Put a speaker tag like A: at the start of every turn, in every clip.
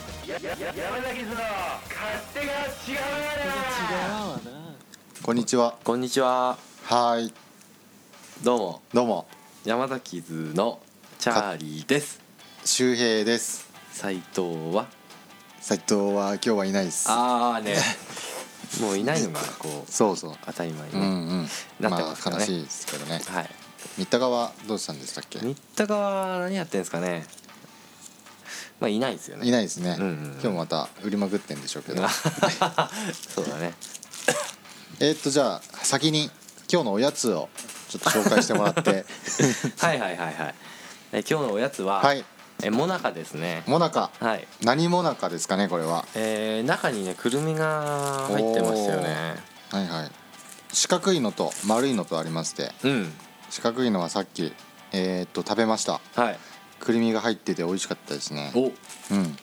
A: 山崎の勝手が違う
B: こんにちは。
C: こんにちは。
B: はい、
C: どうも
B: どうも、
C: 山崎図のチャーリーです。
B: 周平です。
C: 斉藤は
B: 斉藤は今日はいないです。
C: あ あね。もういないのがこう
B: そうそう。
C: 当たり前
B: う
C: に、
B: んうん。
C: なって
B: ま
C: ます
B: あ
C: から
B: 悲
C: ね
B: しいですけどね。
C: はい。
B: 三鷹はどうしたんでしたっけ？
C: 新田が何やってんですかね。まあいないですよね。
B: いないですね。
C: うんうんうん
B: 今日また売りまくってんでしょうけど。
C: そうだね。
B: えーっとじゃあ先に今日のおやつをちょっと紹介しても らって。
C: はいはいはいはい。え今日のおやつは、
B: はい。
C: えモナカですね。
B: モナカ。
C: はい。
B: 何モナカですかねこれは。
C: えー、中にねくるみが入ってましたよね。
B: はいはい。四角いのと丸いのとありまして、
C: うん。
B: 四角いのはさっきえーっと食べました。
C: はい。
B: くるみが入ってて美味しかったですね。
C: お。
B: うん、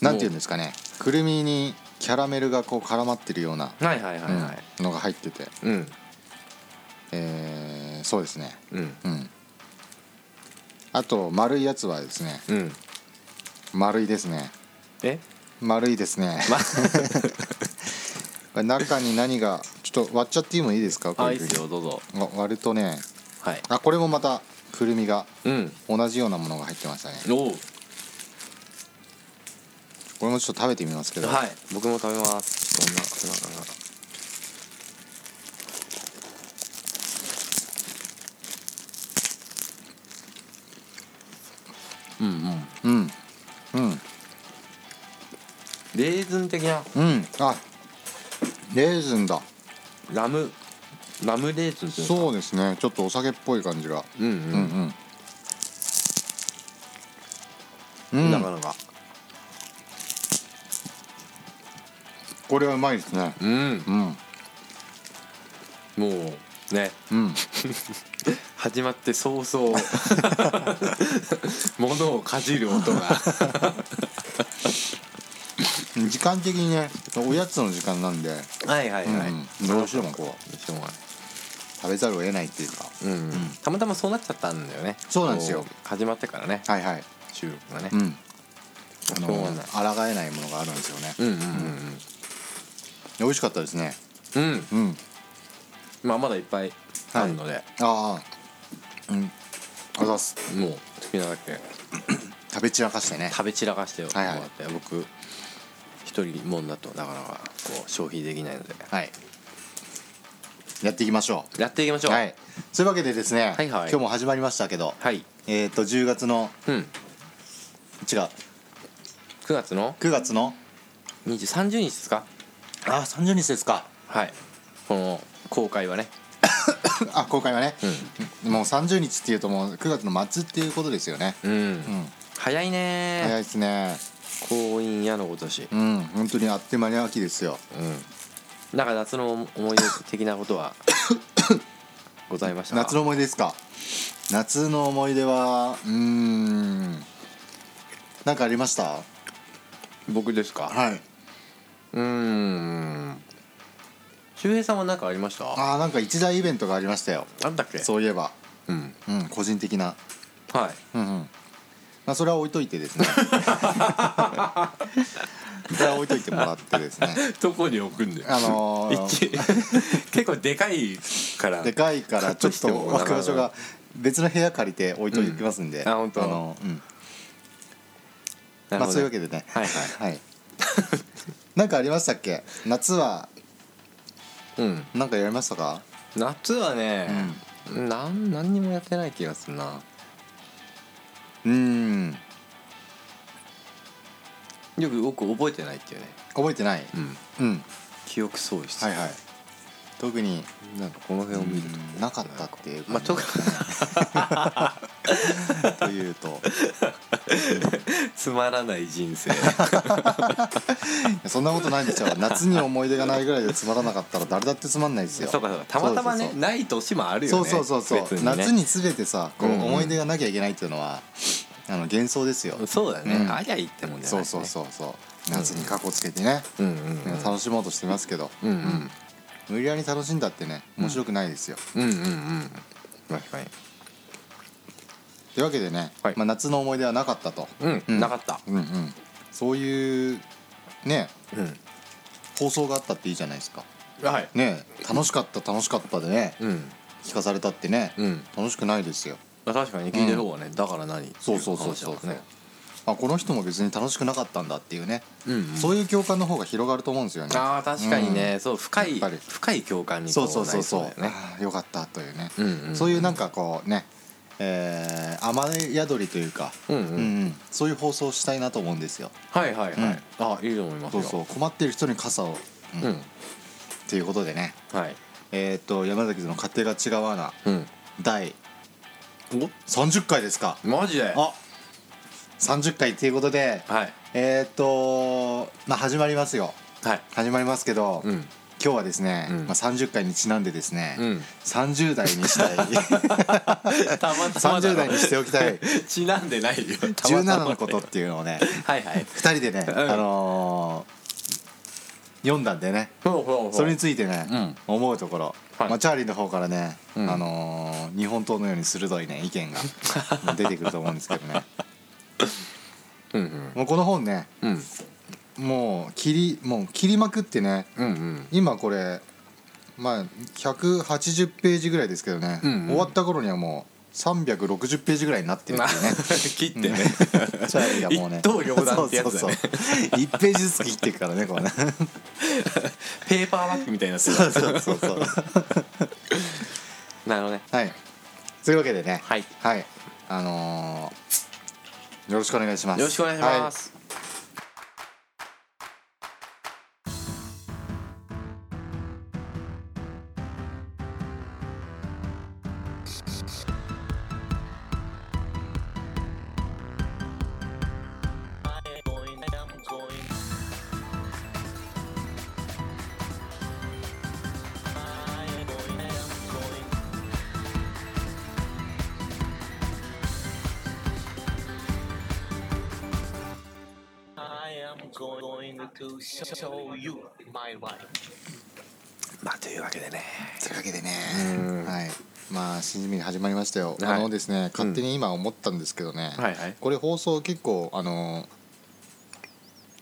B: なんていうんですかねくるみにキャラメルがこう絡まってるような、
C: はいはいはいはい。
B: うんのが入ってて、
C: うん。
B: えーそうですね
C: うん。
B: うんあと丸いやつはですね
C: うん。
B: 丸いですね
C: え
B: 丸いです ね、これ中に何がちょっと割っちゃってもいいですかこ
C: あ
B: れ
C: いいっすよどうぞ
B: わ割るとね
C: はい
B: あこれもまたくるみが
C: うん
B: 同じようなものが入ってましたね
C: おう
B: これもちょっと食べてみますけど、
C: はい僕も食べますどんなお腹がうんうん
B: うんうん
C: レーズン的な
B: うんあレーズンだ
C: ラムラムレーズンっていうんですか
B: そうですねちょっとお酒っぽい感じが
C: うん
B: う
C: うん、
B: うんん、う
C: なか
B: ん、
C: なか
B: これはうまいですね
C: うん
B: うん
C: もうね
B: うん
C: 始まって早 々物をかじる音が
B: 時間的にねおやつの時間なんで、
C: はいはいはい、
B: うん、どうしてもこう
C: どうしても
B: 食べざるを得ないっていうか
C: うんたまたまそうなっちゃったんだよね
B: そうなんですよ
C: こう始まってからね
B: はいはい
C: 収録がね
B: うんあ
C: しょうがない
B: の抗えないものがあるんですよね、
C: うんうん
B: 美味しかったですね
C: うんうん
B: うん
C: まあまだいっぱいあるので、
B: ああうんあざっす
C: もう好きなだけ
B: 食べ散らかしてね
C: 食べ散らかしてよ、
B: はいはい
C: こうやって僕一人もんだとなかなかこう消費できないので
B: はいやっていきましょ
C: やっていきまし
B: う
C: ょう
B: はいそういうわけでですね、
C: はいはい
B: 今日も始まりましたけど
C: はい
B: えっ、と10月の
C: うん
B: 違う
C: 9月の
B: 9月の
C: 2030日ですか
B: あ30日ですか
C: はいこの公開はね
B: あ公開はね、もう30日っていうともう9月の末っていうことですよね
C: うん、
B: うん
C: 早いね
B: 早いですね
C: 婚姻やのことし
B: うん本当にあっという間に秋ですよ
C: うんなんか夏の思い出的なことは ございましたか
B: 夏の思い出ですか夏の思い出はうーんなんかありました
C: 僕ですか
B: はいう
C: ーん周平さんは何かありましたあ
B: あーなんか一大イベントがありましたよ
C: ったっけ
B: そういえば
C: うん
B: うん個人的な
C: はい
B: うんうんまあそれは置いとい てですねそれは置いといてもらってですね
C: どこに置くんだよ
B: あのー
C: 結構でかいから
B: でかいからちょっと置く場所が別の部屋借りて置いといてきますんで、
C: うんあ本当
B: の、うん
C: なる
B: まあ
C: ほど
B: そういうわけでね
C: はい
B: はい、なんかありましたっけ夏は
C: うん
B: なんかやりましたか
C: 夏はね、なん何にもやってない気がするな
B: うん
C: よく僕覚えてないっていうね、
B: 覚えてない
C: うん、
B: うん
C: 記憶喪失、
B: はいはい特に
C: なんかこの辺を見ると、
B: うんなかったっていう
C: まあと
B: 感
C: か
B: じというと
C: つまらない人生
B: そんなことないんでしょう夏に思い出がないぐらいでつまらなかったら誰だってつまんないですよ
C: そうかそうかたまたまね
B: そうそうそう
C: ない年もあるよ
B: そ
C: ね
B: うそうそうそう、
C: 別にね
B: 夏に全てさこう
C: うんうん
B: 思い出がなきゃいけないっていうのは、あの幻想ですよ、
C: そうだね、
B: うん
C: 早いってもんじゃ
B: そ
C: ないうね
B: そうそうそう夏に過去つけてね、
C: うんうんうん
B: 楽しもうとしてますけど、
C: うんうん
B: 無理やり楽しんだってね面白くないですよ、
C: うんうんうん確かに
B: というわけでね、
C: はい
B: まあ、夏の思い出はなかったと、
C: うん、
B: うん
C: なかった
B: うんうんそういうね
C: う
B: 放送があったっていいじゃないですか
C: んはい
B: ね楽しかった楽しかったでね
C: うん
B: 聞かされたってね、
C: うん
B: 楽しくないですよ
C: まあ確かに聞いてる方はね、だから何
B: そうそうそうそう
C: ってい話だからね
B: あこの人も別に楽しくなかったんだっていうね、
C: うんうん
B: そういう共感の方が広がると思うんですよね
C: ああ確かにね、そう深い
B: やっぱり
C: 深い共感にこ
B: そうそうそうそう
C: なりだよね
B: あーよかったというね、
C: うんうんうん
B: そういうなんかこうね、えー、雨宿りというか、
C: うんう
B: うんんうんそういう放送をしたいなと思うんですよ
C: はいはいはい、
B: うん
C: あいいと思います
B: そ
C: よ
B: うそう困ってる人に傘を、うん
C: うん
B: ということでね
C: はい
B: えーっと山崎の家庭が違うわな
C: うん
B: 第30回ですか
C: おマジでは
B: あ30回ということで
C: い
B: えーっとまあ始まりますよ
C: はい
B: 始まりますけど、
C: うん
B: 今日はですね、
C: うん
B: まあ、30回にちなんでですね、
C: うん
B: 30代に したい
C: たまたまだ
B: 30
C: ろ
B: 代にしておきたい
C: ちなんでないよたまたまだ
B: 17
C: よ
B: のことっていうのをね
C: はいはい
B: 2人でね、
C: うん
B: あのー読んだんでね
C: ほうほうほう
B: それについてね、思うところ、
C: はい
B: まあ、チャーリーの方からね、
C: うん
B: あのー日本刀のように鋭いね意見が出てくると思うんですけどね
C: うん
B: もうこの本ね
C: うんうん
B: もう切りもう切りまくってね
C: うん
B: 今これまあ180ページぐらいですけどね、
C: うんうん
B: 終わった頃にはもう360ページぐらいになって
C: う
B: る
C: ん
B: っていうね
C: 切ってね
B: チャーリーがもうね
C: 一刀両断ってやつだね
B: そうそうそう1ページずつ切っていくからねこうね
C: ペーパーワークみたいになって
B: そう
C: る
B: そうそうそう
C: なるほどね
B: はいというわけでね
C: はい
B: はいあのーよろしくお願いします
C: よろしくお願いしま、す、
D: I am going to show you my wife.
C: まあというわけでね
B: はいというわけでね
C: うん
B: はいまあ新じみが始まりましたよ、
C: はい
B: あのですね勝手に今思ったんですけどね、
C: はいはい
B: これ放送結構あの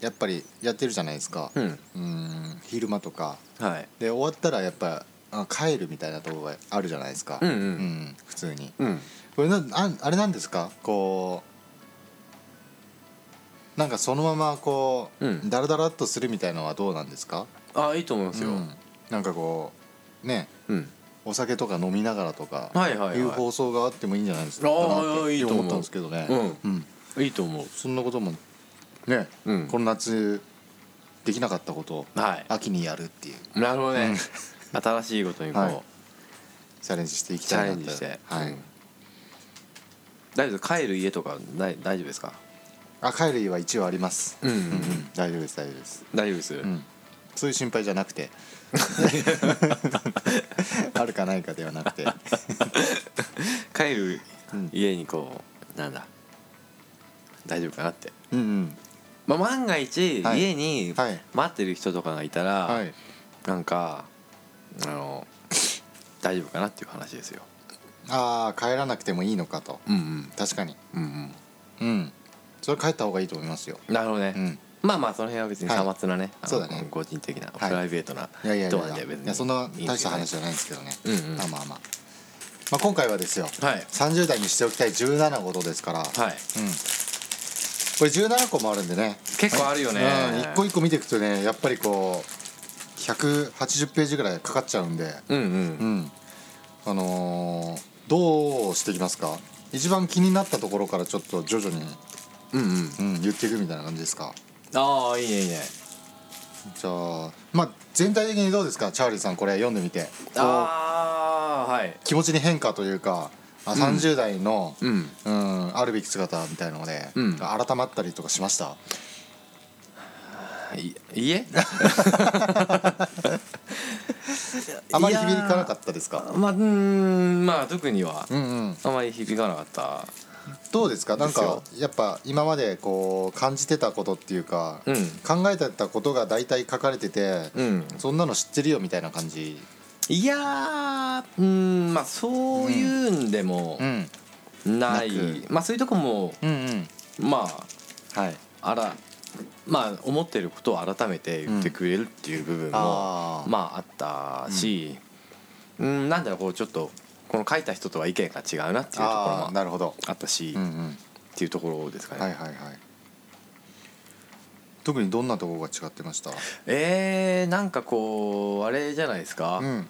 B: ーやっぱりやってるじゃないですか、
C: うん
B: うん昼間とか
C: はい
B: で終わったらやっぱあ帰るみたいなとこがあるじゃないですか、
C: うんうん
B: ん普通に
C: うん
B: これなああれなんですかこうなんかそのままこう、
C: うん
B: ダラダラっとするみたいのはどうなんですか、
C: ああいいと思いますよ
B: うんなんかこうね
C: うん
B: お酒とか飲みながらとか、
C: はいはいはい
B: いう放送があってもいいんじゃないですか
C: あー
B: かなって
C: いいと思う
B: 思ったんですけどね、
C: う
B: うん
C: いいと思う
B: そんなこともね、
C: うん
B: この夏できなかったことを
C: はい
B: 秋にやるっていう
C: なるほどね、新しいことにこう、
B: はいチャレンジしていき
C: チャ
B: たい
C: レ
B: な
C: ンジ
B: と
C: して、
B: はい
C: うん大丈夫です帰る家とか大大丈夫ですか
B: あ帰る家は一応あります、
C: うんうんうん
B: 大丈夫です大丈夫です、
C: 大丈夫です、
B: うん、そういう心配じゃな くてあるかないかではなくて
C: 帰る
B: うん
C: 家にこうなんだ大丈夫かなって、
B: うんうん
C: まあ、万が一
B: はい
C: 家に
B: はい
C: 待ってる人とかがいたら、
B: はい
C: なんかあの 大丈夫かなっていう話ですよ
B: ああ帰らなくてもいいのかと
C: うん
B: 確かに
C: うんうん
B: うんそれ帰った方がいいと思いますよ
C: うんなるほどね、
B: うん
C: まあまあその辺は別に
B: はい
C: さまつなね、あの
B: そうだね
C: 個人的なプ
B: い
C: ライベートない
B: やいやい
C: 人なん
B: や
C: で
B: いや
C: 別に
B: いやそんない
C: い
B: 大した話
C: です
B: じゃないんですけどね
C: うんうん
B: まあまあまあまあ今回はですよ
C: けどはい
B: 30代にしておきたい17ことですから、
C: はい
B: うん、これ17個もあるんでね
C: 結構あるよね
B: うん、一個一個見ていくとねやっぱりこう180ページぐらいかかっちゃうんで、
C: うんう
B: うんんあのーどうしていきますか一番気になったところからちょっと徐々に、
C: うんうん
B: うん、言っていくみたいな感じですか
C: ああいいねいいね
B: じゃあまあ全体的にどうですかチャーリーさんこれ読んでみてこ
C: ああはいう
B: 気持ちに変化というかあ30代の、
C: うん
B: うん、あるべき姿みたいので、
C: うん
B: 改まったりとかしました
C: い家
B: あまり響かなかったですか
C: まあうーんまあ特には
B: うんうん
C: あまり響かなかった
B: どうですかなん
C: です
B: か
C: よ
B: やっぱ今までこう感じてたことっていうか、
C: うん
B: 考えてたことが大体書かれてて、
C: うん
B: そんなの知ってるよみたいな感じ
C: いやーうーんまあそういうんでも
B: ん
C: ない、
B: なく
C: まあそういうとこも
B: うんうん
C: ま
B: はい
C: ああらまあ思ってることを改めて言ってくれるっていう部分も、
B: あー
C: まああったし、うん、なんだろうこうちょっとこの書いた人とは意見が違うなっていうところ
B: ああ
C: も
B: なるほど
C: あったし、
B: うんう
C: っ
B: ん
C: ていうところですかね。
B: はいはいはい特にどんなところが違ってました
C: えー、なんかこうあれじゃないですか、
B: うん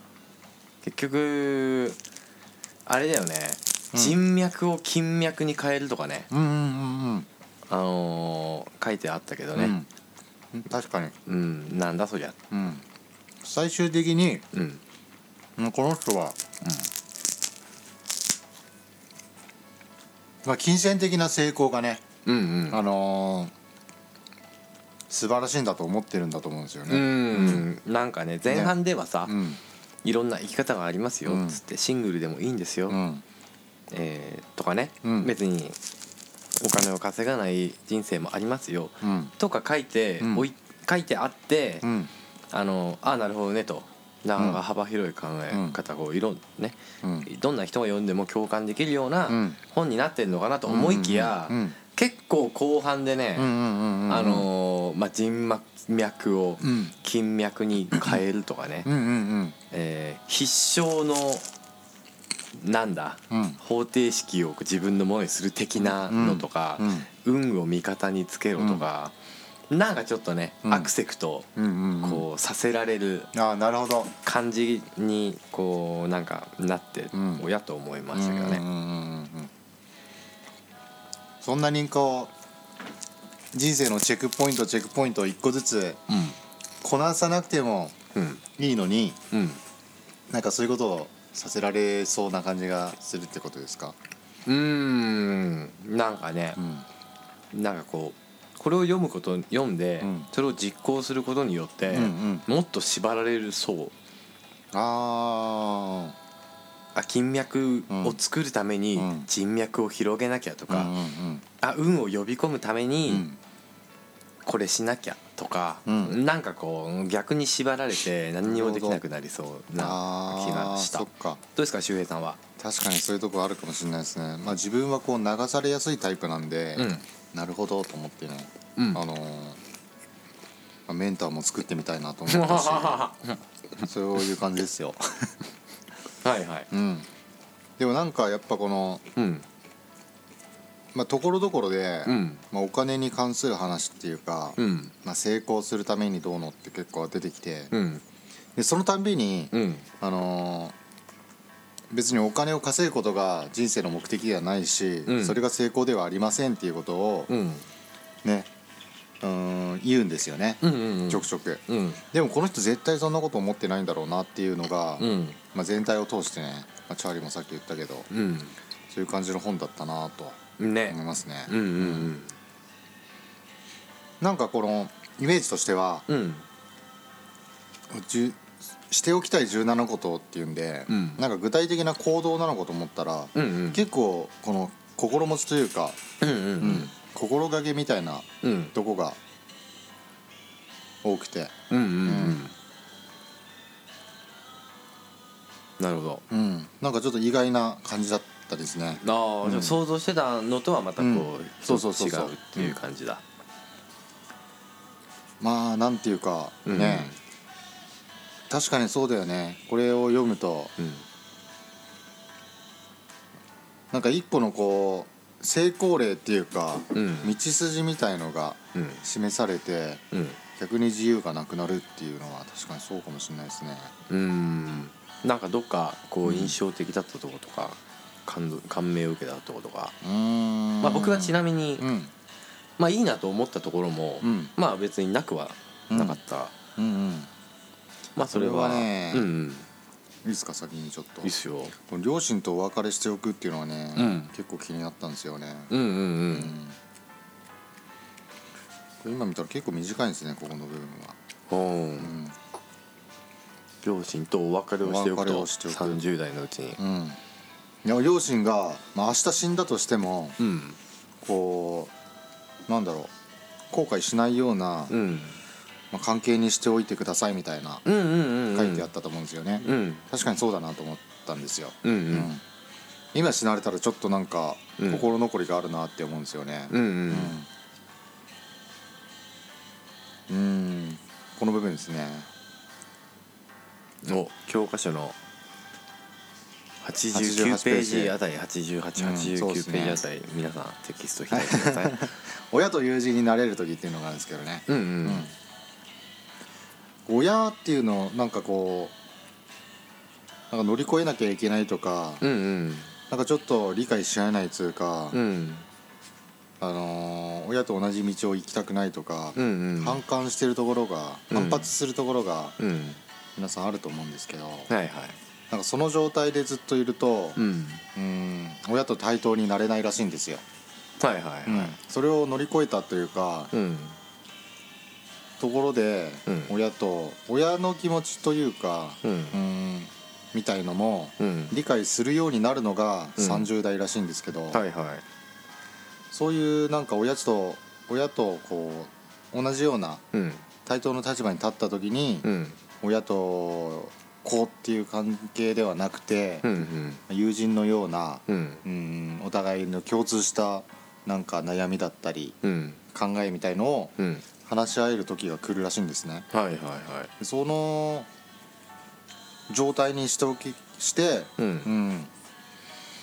C: 結局あれだよね、
B: うん
C: 人脈を金脈に変えるとかね、
B: うんうんうんうん
C: あのー書いてあったけどね、
B: うん、確かに、
C: うんなんだそりゃ、
B: うん、最終的に
C: うん、
B: うんこの人は、まあ、金銭的な成功がね、
C: うんうん
B: あのー素晴らしいんだと思ってるんだと思うんですよ
C: う
B: ね。
C: んなんかね前半ではさ、
B: うん
C: いろんな生き方がありますよ
B: うん
C: つってシングルでもいいんですよ、
B: うん
C: えーとかね、
B: うん
C: 別にお金を稼がない人生もありますよ
B: うん
C: とか書いて、
B: うん
C: おい書いてあって、
B: うん
C: あのあなるほどねと。なかなか幅広い考え方こういろんね
B: うん
C: どんな人が読んでも共感できるような
B: うん
C: 本になってるのかなと思いきや
B: うん
C: 結構後半でね
B: うんうんうんうん
C: あのーまあ人脈を
B: うん
C: 金脈に変えるとかね
B: うんうん
C: えー必勝のなんだ
B: うんうん
C: 方程式を自分のものにする的なのとか
B: うん
C: 運を味方につけろとかなんかちょっとね
B: うん
C: アクセクト
B: うんうん
C: こうさせられる
B: ああなるほど。
C: 感じにこうなんかなって
B: うん
C: 親と思いましたけどね。
B: うんうんうんうんうんそんなにこう人生のチェックポイントチェックポイントを一個ずつこなさなくても
C: うん
B: いいのに
C: うん
B: なんかそういうことをさせられそうな感じがするってことですか、
C: うーんなんかね
B: うん
C: なんかこうこれを読むこと読んで
B: うん
C: それを実行することによって
B: うんうん
C: もっと縛られる層
B: あ
C: あ金脈を作るために
B: うん
C: 人脈を広げなきゃと
B: あ、うん
C: かあ運を呼び込むため
B: うんうん
C: にこれしなきゃとか
B: うん
C: なんかこう逆に縛られて何にもできなくなりそうな
B: あ
C: 気
B: ー
C: がした
B: そ
C: ど
B: っか
C: うですか周平さんは
B: 確かにそういうとこあるかもしれないですねまあ自分はこう流されやすいタイプなんで、
C: うん
B: なるほどと思ってね、
C: うん
B: あのーまあメンターも作ってみたいなと思ったし
C: は
B: そういう感じですよ、
C: いはい
B: うん、でもなんかやっぱこの
C: うん
B: まあところどころで、
C: うん
B: まあ、お金に関する話っていうか、
C: うん
B: まあ、成功するためにどうのって結構出てきて、
C: うん
B: でそのたんびに、
C: うん
B: あのー別にお金を稼ぐことが人生の目的ではないし、
C: うん
B: それが成功ではありませんっていうことを
C: うん
B: ね、うーん言うんですよね、
C: うんうんうん
B: ちょくちょく
C: うん
B: でもこの人絶対そんなこと思ってないんだろうなっていうのが、
C: うん
B: まあ、全体を通してね、まあ、チャーリーもさっき言ったけど
C: う
B: そういう感じの本だったなと
C: んね
B: 思いますね、
C: うんうん
B: なんかこのイメージとしては
C: うんうん
B: じゅしておきたい17ことっていうんで、
C: うん
B: なんか具体的な行動なのかと思ったら、
C: うんうん
B: 結構この心持ちというか、
C: うんうん
B: 心がけみたいな
C: うんうん
B: とこが多くて、
C: うんうんうんなるほど
B: うん、なんかちょっと意外な感じだったですね
C: ああじゃあ想像してたのとはまたこ
B: うん
C: う
B: そう
C: 一
B: そう
C: つ
B: そ
C: 違
B: うそう
C: うっていう感じだ
B: まあなんていうか
C: うん
B: ね、確かにそうだよねこれを読むと
C: うん
B: なんか一個のこう成功例っていうか、
C: うん
B: 道筋みたいのが
C: うん
B: 示されて
C: うん
B: 逆に自由がなくなるっていうのは確かにそうかもしれないですね
C: うんなんかどっかこう印象的だったとことか感動感銘を受けたとことか
B: うーん
C: まあ僕はち
B: な
C: なみに
B: うん
C: まあいいなと思ったところも
B: うん
C: まあ別になくはなかった
B: うんうん
C: まあそれは
B: それはね
C: うんうん
B: いいですか先にちょっと
C: いいっすよ
B: この両親とお別れしておくっていうのはね、
C: うん
B: 結構気になったんですよね、
C: うんうんう
B: うんん今見たら結構短いんですねここの部分は、
C: うん両親とお別れをしてお
B: お
C: く
B: 別れ
C: と
B: をしておく
C: 30代のうちに
B: うんうん、いや両親が、まあ、明日死んだとしても
C: うん
B: こうなんだろう後悔しないような、
C: うん
B: まあ、関係にしておいてくださいみたいな
C: うんうんうんうん
B: 書いてあったと思うんですよね、
C: うん
B: 確かにそうだなと思ったんですよ、
C: うん
B: う今死なれたらちょっとなんか
C: うん
B: 心残りがあるなって思うんですよね、
C: うんうんうん
B: うんうんこの部分ですね
C: お教科書の
B: 88
C: 89ページあたり
B: うんそうです
C: 8889
B: ね
C: ページあたり、皆さんテキスト開いてください
B: 親と友人になれる時っていうのがあるんですけどね、
C: うんうん、
B: うん親っていうのなんかこうなんか乗り越えなきゃいけないとか、
C: うんうん
B: なんかちょっと理解し合えないつうか、
C: うん
B: あのー親と同じ道を行きたくないとか、
C: うんうん
B: 反感してるところが
C: うん
B: 反発するところが
C: うん
B: 皆さんあると思うんですけど、
C: はいはい
B: なんかその状態でずっといると、
C: うん
B: うん親と対等になれないらしいんですよ、
C: はいはいはい
B: それを乗り越えたというか、
C: うん
B: ところで
C: うん
B: 親と親の気持ちというか、
C: うん
B: うんみたいのも
C: うん
B: 理解するようになるのが
C: うん
B: 30代らしいんですけど、
C: はいはい
B: そういうなんか親と親とこう同じような
C: うん
B: 対等の立場に立った時に、
C: うん
B: 親と子っていう関係ではなくて、
C: うんうん
B: 友人のような、
C: うん
B: うん、お互いの共通したなんか悩みだったり
C: うん
B: 考えみたいのを
C: うん
B: 話し合える時が来るらしいんですね。
C: はいはいは
B: その状態にしておきして、
C: いうん
B: うん、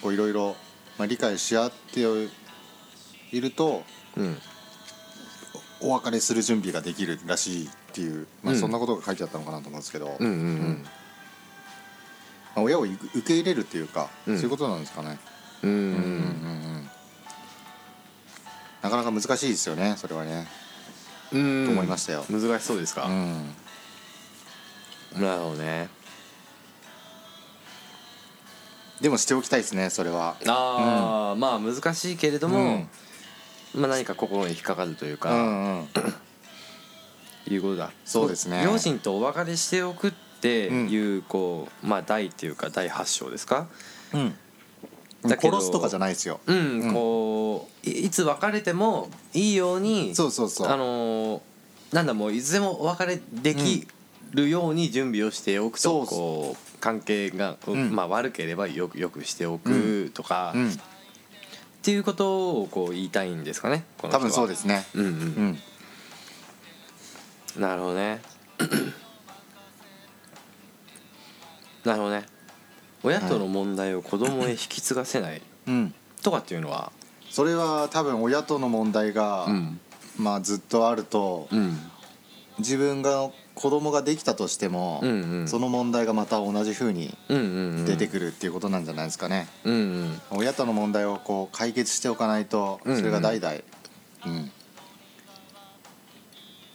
B: こういろいろまあ理解し合っていると
C: うん
B: お別れする準備ができるらしいっていう、まあ、
C: うん
B: そんなことが書いてあったのかなと思うんですけど、
C: うんうん
B: まあ、親をいく受け入れるっていうか、
C: うん
B: そういうことなんですかね。
C: うんうん
B: うんうんうんうんなかなか難しいですよねそれはね。
C: うん
B: と思いましたよ
C: 難しそうですか
B: うん
C: なるほどね
B: でもしておきたいですねそれは。
C: ああまあ難しいけれど
B: う
C: も
B: ん
C: まあ何か心に引っかかるという
B: う
C: か
B: んうん
C: いうことだ
B: そうですね
C: 両親とお別れしておくっていうこうまあ第っていうか第8章ですか
B: うん、
C: だけど
B: 殺すとかじゃないですよ。
C: うん、
B: うん
C: こういいつ別れてもいいように
B: そうそうそう
C: あのーなんだもういつでもお別れできるように準備をしておくと、
B: そうそう
C: こう関係が、
B: ん
C: まあ、悪ければよくよくしてお
B: う
C: くとか、
B: う
C: っ
B: ん、
C: ていうことをこう言いたいんですかねこの人
B: 多
C: は
B: 分そうですね。
C: うんう、
B: うんん、
C: なるほどね なるほどね親との問題を子供へ引き継がせない
B: うん、
C: とかっていうのは、
B: それは多分親との問題が、
C: うん
B: まあずっとあると、
C: うん、
B: 自分が子供ができたとしても、
C: うんうん
B: その問題がまた同じ風に
C: うんうんうん
B: 出てくるっていうことなんじゃないですかね。
C: うんうん
B: 親との問題をこう解決しておかないと、
C: うんうん
B: それが代々、うん、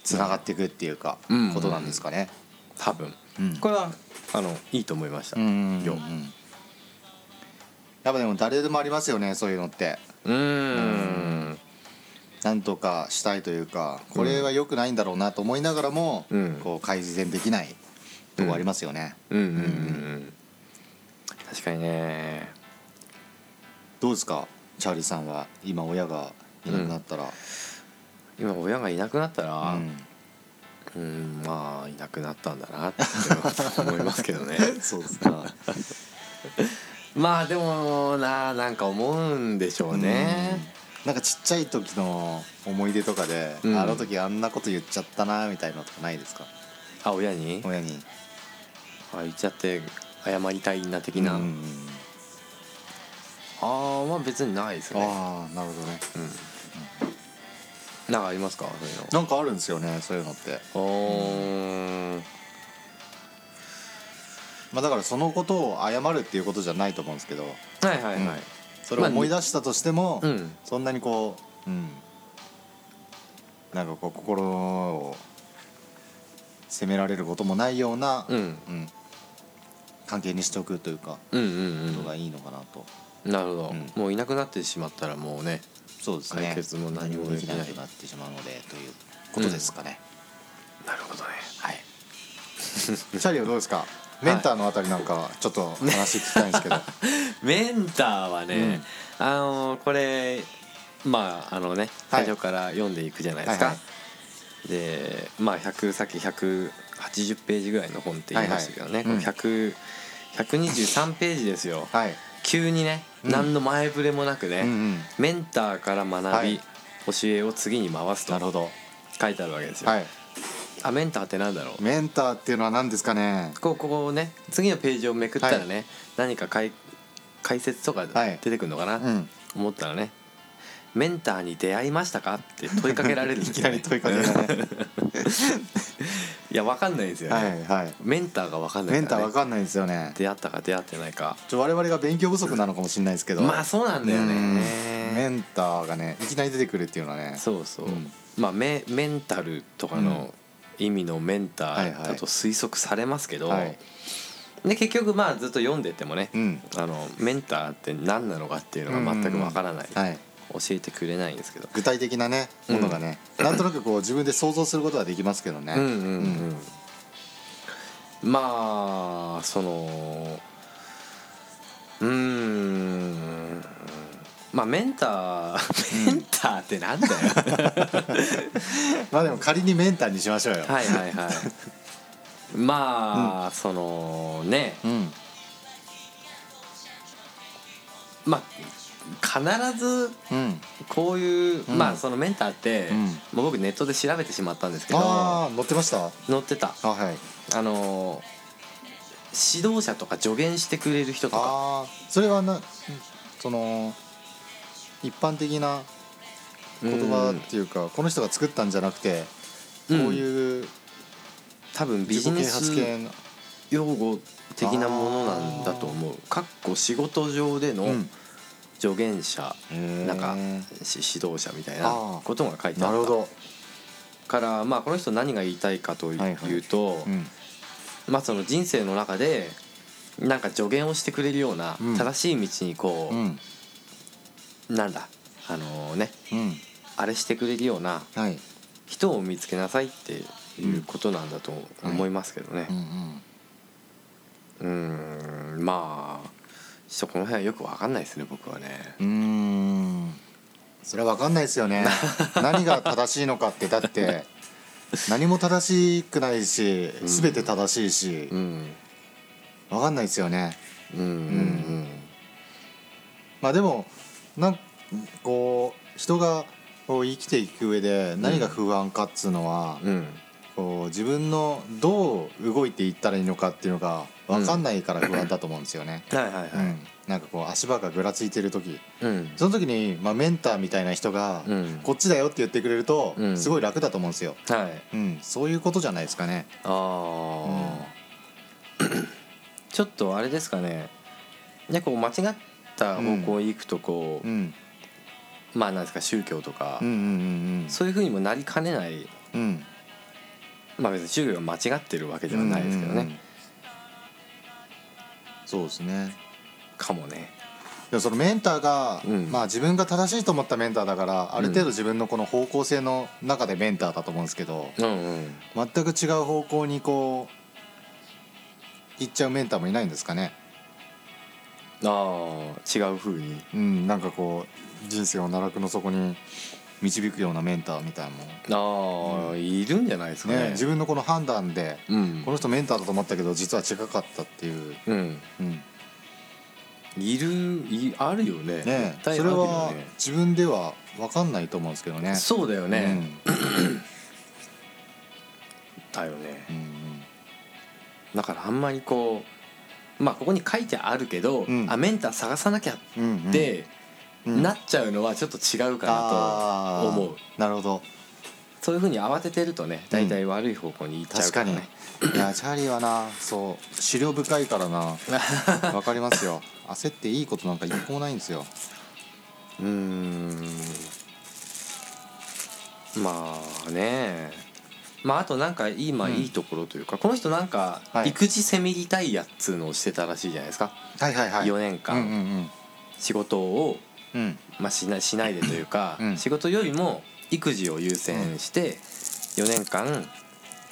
B: つながっていくっていうか、
C: うん
B: ことなんですかね。
C: 多分
B: うん
C: これはあのいいと思いました
B: うんうんうんう
C: よ
B: んやっぱでも誰でもありますよねそういうのって
C: うーん
B: なんとかしたいというかこれは良くないんだろうなと思いながらも、
C: うん
B: こう改善できないとこありますよね、
C: うんうんうんうん確かにね
B: どうですかチャーリーさんは今親がいなくなったら、
C: 今親がいなくなったらう
B: う
C: んーんまあいなくなったんだなって思いますけど ね
B: そうですか
C: まあでもななんか思うんでしょうね
B: なんかちっちゃい時の思い出とかで、
C: うん
B: あの時あんなこと言っちゃったなみたいなとかないですか
C: あ親に
B: 親に
C: あ言っちゃって謝りたいな的な
B: うん
C: ああまあ別にないですね
B: ああなるほどね
C: なんかありますかそういうの
B: なんかあるんですよねそういうのって
C: おー
B: まあ、だからそのことを謝るっていうことじゃないと思うんですけど
C: はいはいはい
B: それを思い出したとしても、
C: うん
B: そんなにこう、うん、なんかこう心を責められることもないような、
C: うん
B: うん関係にしておくというか
C: うんうん
B: の
C: うん
B: がいいのかなと、
C: なるほど、
B: うん
C: もういなくなってしまったらもうね
B: そうですね
C: 解決も何もできない
B: 何くなってしまうのでということですかね、
C: なるほどね
B: はいチャーリーはどうですかメンターのあたりなんかちょっと話聞きたいんですけど、
C: メンターはね、あのこれまああのね
B: はい
C: 最初から読んでいくじゃないですか、
B: はいは
C: でまあ100さっき180ページぐらいの本って言いましたけどね、
B: はいはいうん
C: これ100 123ページですよ
B: はい、
C: 急にね、
B: うん
C: 何の前触れもなくね、
B: うんうん
C: メンターから学び、
B: はい
C: 教えを次に回すと
B: なるほど
C: 書いてあるわけですよ、
B: はい
C: あメンターってなんだろう
B: メンターっていうのは何ですかね
C: こここをね次のページをめくったらね、何かかい解説とか
B: はい
C: 出てくるのかな、
B: うん
C: 思ったらね「メンターに出会いましたか?」って問いかけられるん
B: い
C: です
B: き
C: よ
B: な
C: ね、
B: り問いかけがね
C: いやわかんないですよね、
B: はいはい
C: メンターがわかんない
B: メン
C: か
B: タ
C: ら、
B: ー
C: ね、
B: わかんないですよね
C: 出会ったか出会ってないか
B: ちょ我々が勉強不足なのかもしれないですけど
C: まあそうなんだよ
B: うんメ
C: ね
B: ンターがねいきなり出てくるっていうのはね
C: そうそう、
B: うん
C: まあメメンタルとかの意味のメンターだと推測されますけど、
B: はい
C: で結局まあずっと読んでってもね、
B: うん
C: あのメンターって何なのかっていうのが全くわからない、
B: はい
C: 教えてくれないんですけど、
B: 具体的なねものがね、なんとなくこう自分で想像することはできますけどね、
C: うんうんうんまあそのうーんまあメンターメンターってなんだよ
B: まあでも仮にメンターにしましょうよ、
C: はいはいはいまあ、そのね
B: うん
C: まあ必ず
B: うん
C: こういう、
B: ん
C: まあそのメンターって、
B: うん
C: もう僕ネットで調べてしまったんですけど
B: ああ乗ってましたあ
C: 載ってた
B: はい
C: あの指導者とか助言してくれる人とか
B: ああそれはなその一般的な言葉っていうか、この人が作ったんじゃなくてこういう
C: 多分ビ
B: 自
C: ジ
B: 己
C: ネ
B: 啓発系
C: ス
B: の、
C: 用語的なものなんだと思うかっこ仕事上での
B: うん
C: 助言者、
B: へー
C: なんかし指導者みたいな
B: あー
C: ことが書いてあ
B: なる
C: っ
B: ほ
C: た
B: ど、
C: から、まあ、この人何が言いたいかとい
B: はいはいう
C: と、
B: うん、
C: まあ、その人生の中でなんか助言をしてくれるような
B: うん
C: 正しい道にこ
B: う
C: う、
B: ん
C: なんだあのね
B: うん
C: あれしてくれるような
B: はい
C: 人を見つけなさいっていうことなんだと思いますけどね。
B: うんうん
C: うーんまあちょっとこの辺はよくわかんないですね僕はね
B: うーんそれは分かんないですよ ね何が正しいのかってだって何も正しくないし全て正しいし
C: うん
B: 分かんないですよね
C: うんうん
B: まあでもなんこう人がこう生きていく上で何が不安かっつうのは、
C: うんうん
B: こう自分のどう動いていったらいいのかっていうのが分かんないから不安だと思うんですよね。
C: はいはい
B: うん
C: はい
B: なんかこう足場がぐらついてる時
C: うん
B: その時に、まあ、メンターみたいな人が、
C: うん
B: こっちだよって言ってくれると、
C: うん
B: すごい楽だと思うんですよ、
C: はい
B: うん、そういうことじゃないですかね
C: あーちょっとあれですかねねこう間違った方向に行くとこ
B: うん
C: うまあなんですか宗教とか
B: うんうんうん
C: そういうふうにもなりかねない
B: うんうん
C: まあ別に宗教が間違ってるわけではないですけど
B: うんうんうん
C: ね
B: そうですね
C: かもね
B: でもそのメンターが、
C: うん
B: まあ、自分が正しいと思ったメンターだからある程度自分のこの方向性の中でメンターだと思うんですけど、
C: うんうん
B: 全く違う方向にこう行っちゃうメンターもいないんですかね
C: ああ違うふうに
B: うんなんかこう人生を奈落の底に導くようなメンターみたいなもん
C: ああいるんじゃないですか
B: ね、
C: ね
B: 自分のこの判断で、
C: うん
B: この人メンターだと思ったけど実は違かったっていう、
C: うん
B: うん
C: いるいあるよね
B: ね
C: 絶、対
B: そ
C: あ
B: れ
C: る
B: は
C: よね
B: 自分では分かんないと思うんですけどね。
C: そうだよ
B: う
C: ね、
B: ん
C: だよね
B: うん
C: だからあんまりこうまあここに書いてあるけど、
B: うん
C: あメンター探さなきゃっ
B: うんうん
C: て、
B: うん
C: なっちゃうのはちょっと違うかなと思う
B: あーなるほど
C: そういうふうに慌ててるとね大体悪い方向に行っちゃ
B: 確
C: うか
B: からに、
C: ね
B: いやチャーリーはなそう資料深いか らな分かりますよ焦っていいことなんか一個もないんですよ
C: うーんまあねまああとなんか今
B: うん
C: いいところというか、この人なんか
B: はい
C: 育児セミリタイヤっつうのをしてたらしいじゃないですか、
B: はいはいはい
C: 4年
B: うんう
C: 間
B: ん
C: 仕事を、
B: うんうん
C: まあ、しなしないでというか、
B: うん
C: 仕事よりも育児を優先して4年間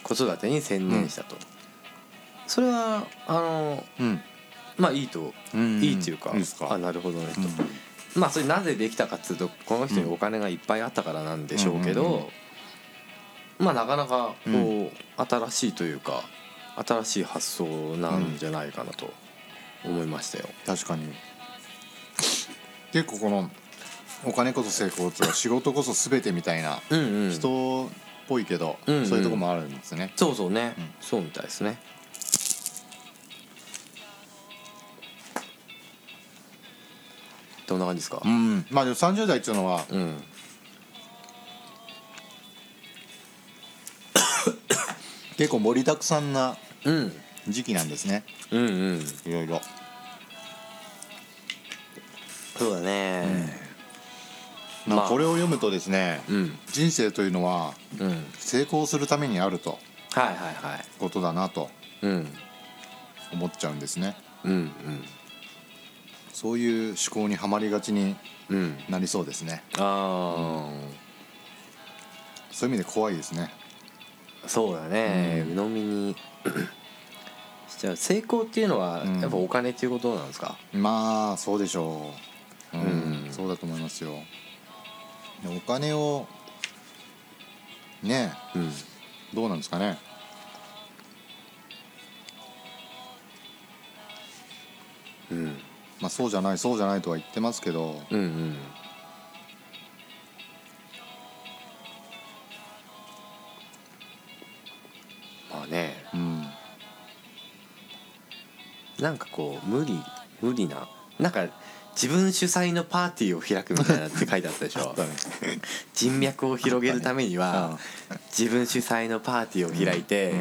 C: 子育てに専念したと、それはあの
B: うん
C: まあいいと、
B: うん
C: いいっていうか
B: いいですか
C: あなるほどねと、
B: うん
C: まあそれなぜできたかっつうとこの人にお金がいっぱいあったからなんでしょうけど、
B: うんうんうん
C: まあなかなかこう、
B: う
C: 新しいというか新しい発想なんじゃないかなと思いましたよ。
B: 確かに結構このお金こそ成功とか仕事こそ全てみたいな
C: うんうん、
B: 人ぽいけど、
C: うんうん
B: そういうとこもあるんですね
C: そうそうね、
B: うん
C: そうみたいですねどんな感じですか
B: うんまあでも30代っていうのは
C: うん、
B: 結構盛りだくさんな
C: うん、
B: 時期なんですね
C: うんうん
B: いろいろ
C: そうだね
B: まあ
C: まあ
B: これを読むとですね、
C: うん
B: 人生というのは
C: うんはい
B: 成功するためにあると
C: はいはい
B: ことだなと
C: うん
B: 思っちゃうんですね
C: うん
B: そういう思考にはまりがちに
C: うんうん
B: なりそうですね
C: あ
B: そういう意味で怖いですね
C: あそうだね、鵜呑み にしちゃう成功っていうのは
B: うん
C: やっぱお金っていうことなんですか
B: まあそうでしょううん、
C: うん
B: そうだと思いますよでお金をね
C: うん
B: どうなんですかね
C: うん
B: まあそうじゃないそうじゃないとは言ってますけど
C: うんうんまあね
B: うん
C: なんかこう無理無理ななんか自分主催のパーティーを開くみたいなって書いてあったでしょ人脈を広げるためには自分主催のパーティーを開いて、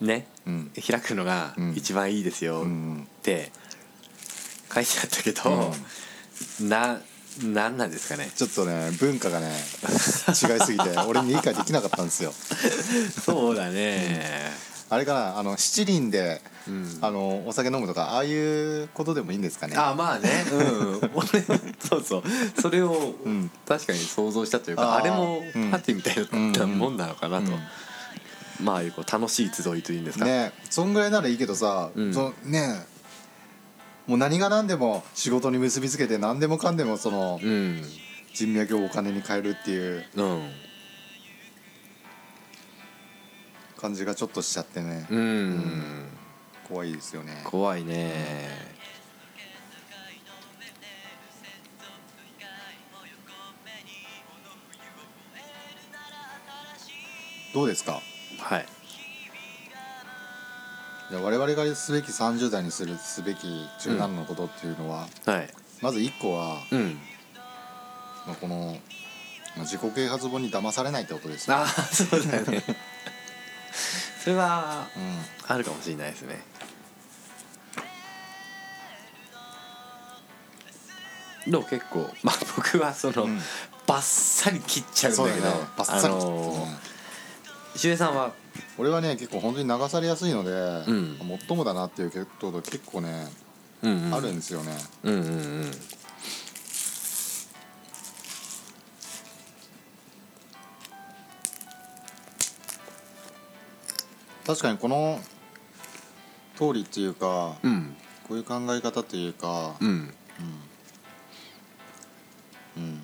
C: ね
B: うん
C: 開くのが
B: うん
C: 一番いいですよ
B: う
C: っ
B: ん
C: て書いてあったけど、ななんなんですかね
B: ちょっとね文化がね違いすぎ て俺に理解できなかったんですよ
C: そうだね、
B: あれかなあの七輪で、
C: うん
B: あのお酒飲むとかああいうことでもいいんですかね
C: あまあねうん 俺そうそうそれを
B: ん
C: 確かに想像したというか、
B: あー
C: あれも
B: うん
C: パーティーみたいなもんなのかなと、まあいうこう楽しい集いというんですか、
B: ねそんぐらいならいいけどさ、
C: うん
B: そのねもう何が何でも仕事に結びつけて何でもかんでもその
C: うん
B: 人脈をお金に変えるっていう
C: うん
B: 感じがちょっとしちゃってね、
C: うん、
B: 怖いですよね
C: 怖いね
B: どうですか
C: はい
B: じゃあ我々がすべき30代にするすべき17のことっていうのは、
C: はい
B: まず1個は、
C: うん
B: まあ、この、まあ、自己啓発本に騙されないってことですね、
C: ああそうだよ ねそれは
B: うん
C: あるかもしれないですねでも結構まあ 僕はその、
B: うん
C: バッサリ切っちゃうんだ
B: そうだ
C: け
B: ね
C: ど、
B: バッサリ
C: あ
B: 切って
C: の
B: ね
C: ー秀平さんは
B: 俺はね結構本当に流されやすいので、
C: ん
B: もっともだなっていうことが結構ね、
C: うんうん
B: あるんですよね
C: うんうんうん
B: 確かにこの通りっていうか、
C: うん
B: こういう考え方っていうか
C: うん
B: うん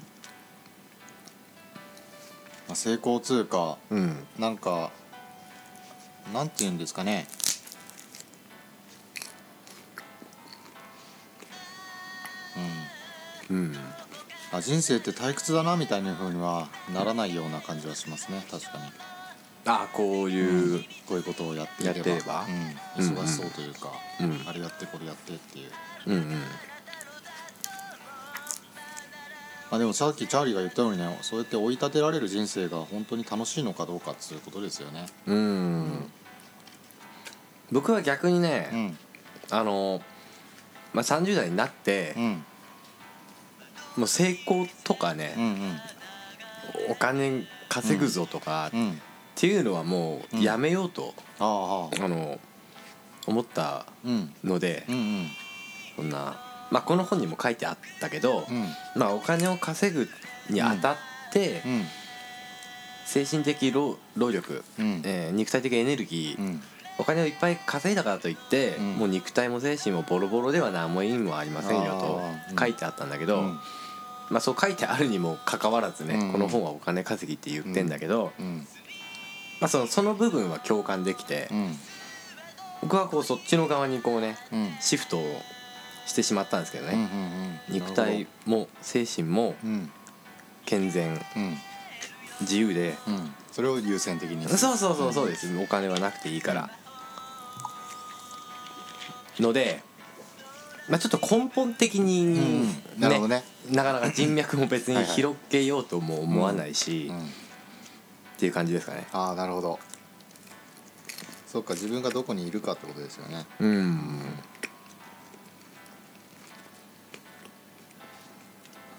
B: まあ、成功通過
C: うん
B: なんかなんていうんですかね
C: うん
B: あ人生って退屈だなみたいな風にはならないような感じはしますね確かに、
C: ああこういう
B: こういうことをやっていれば
C: やってれば
B: うん、忙しそうというか、
C: うんうん
B: あれやってこれやってっていう
C: うんうん
B: まあでもさっきチャーリーが言ったようにねそうやって追い立てられる人生が本当に楽しいのかどうかっていうことですよね
C: うん、僕は逆にね、
B: うん
C: あのーまあ、30代になって、
B: うん
C: もう成功とかね、
B: うんうん
C: お金稼ぐぞとか、
B: う
C: っ
B: ん
C: ていうのはもうやめようと、
B: ああはあ
C: あの思った
B: うん
C: ので、
B: うんうん
C: そんな、まあ、この本にも書いてあったけど、
B: うん
C: まあ、お金を稼ぐにあたって、
B: うん
C: 精神的労労力、
B: うん
C: えー肉体的エネルギー、
B: うん
C: お金をいっぱい稼いだからといって、
B: うん
C: もう肉体も精神もボロボロでは何も意味もありませんよ
B: あーうん
C: と書いてあったんだけど、
B: うん
C: まあ、そう書いてあるにもかかわらずね、
B: うん
C: この本はお金稼ぎって言ってんだけど、
B: うん
C: まあ、そのその部分は共感できて、
B: うん
C: 僕はこうそっちの側にこうね
B: うん
C: シフトをしてしまったんですけど
B: うんう
C: ね、
B: んうん
C: 肉体も精神も
B: うん
C: 健全
B: うん
C: 自由で
B: うん、それを優先的に
C: そうそうそうそうです、お金はなくていいから、ので、まあ、ちょっと根本的に、
B: うんなるほどね
C: なかなか人脈も別
B: は
C: に
B: いはい
C: 広げようとも思わないし、
B: うん
C: っていう感じですかね
B: ああなるほどそっか自分がどこにいるかってことですよね
C: うん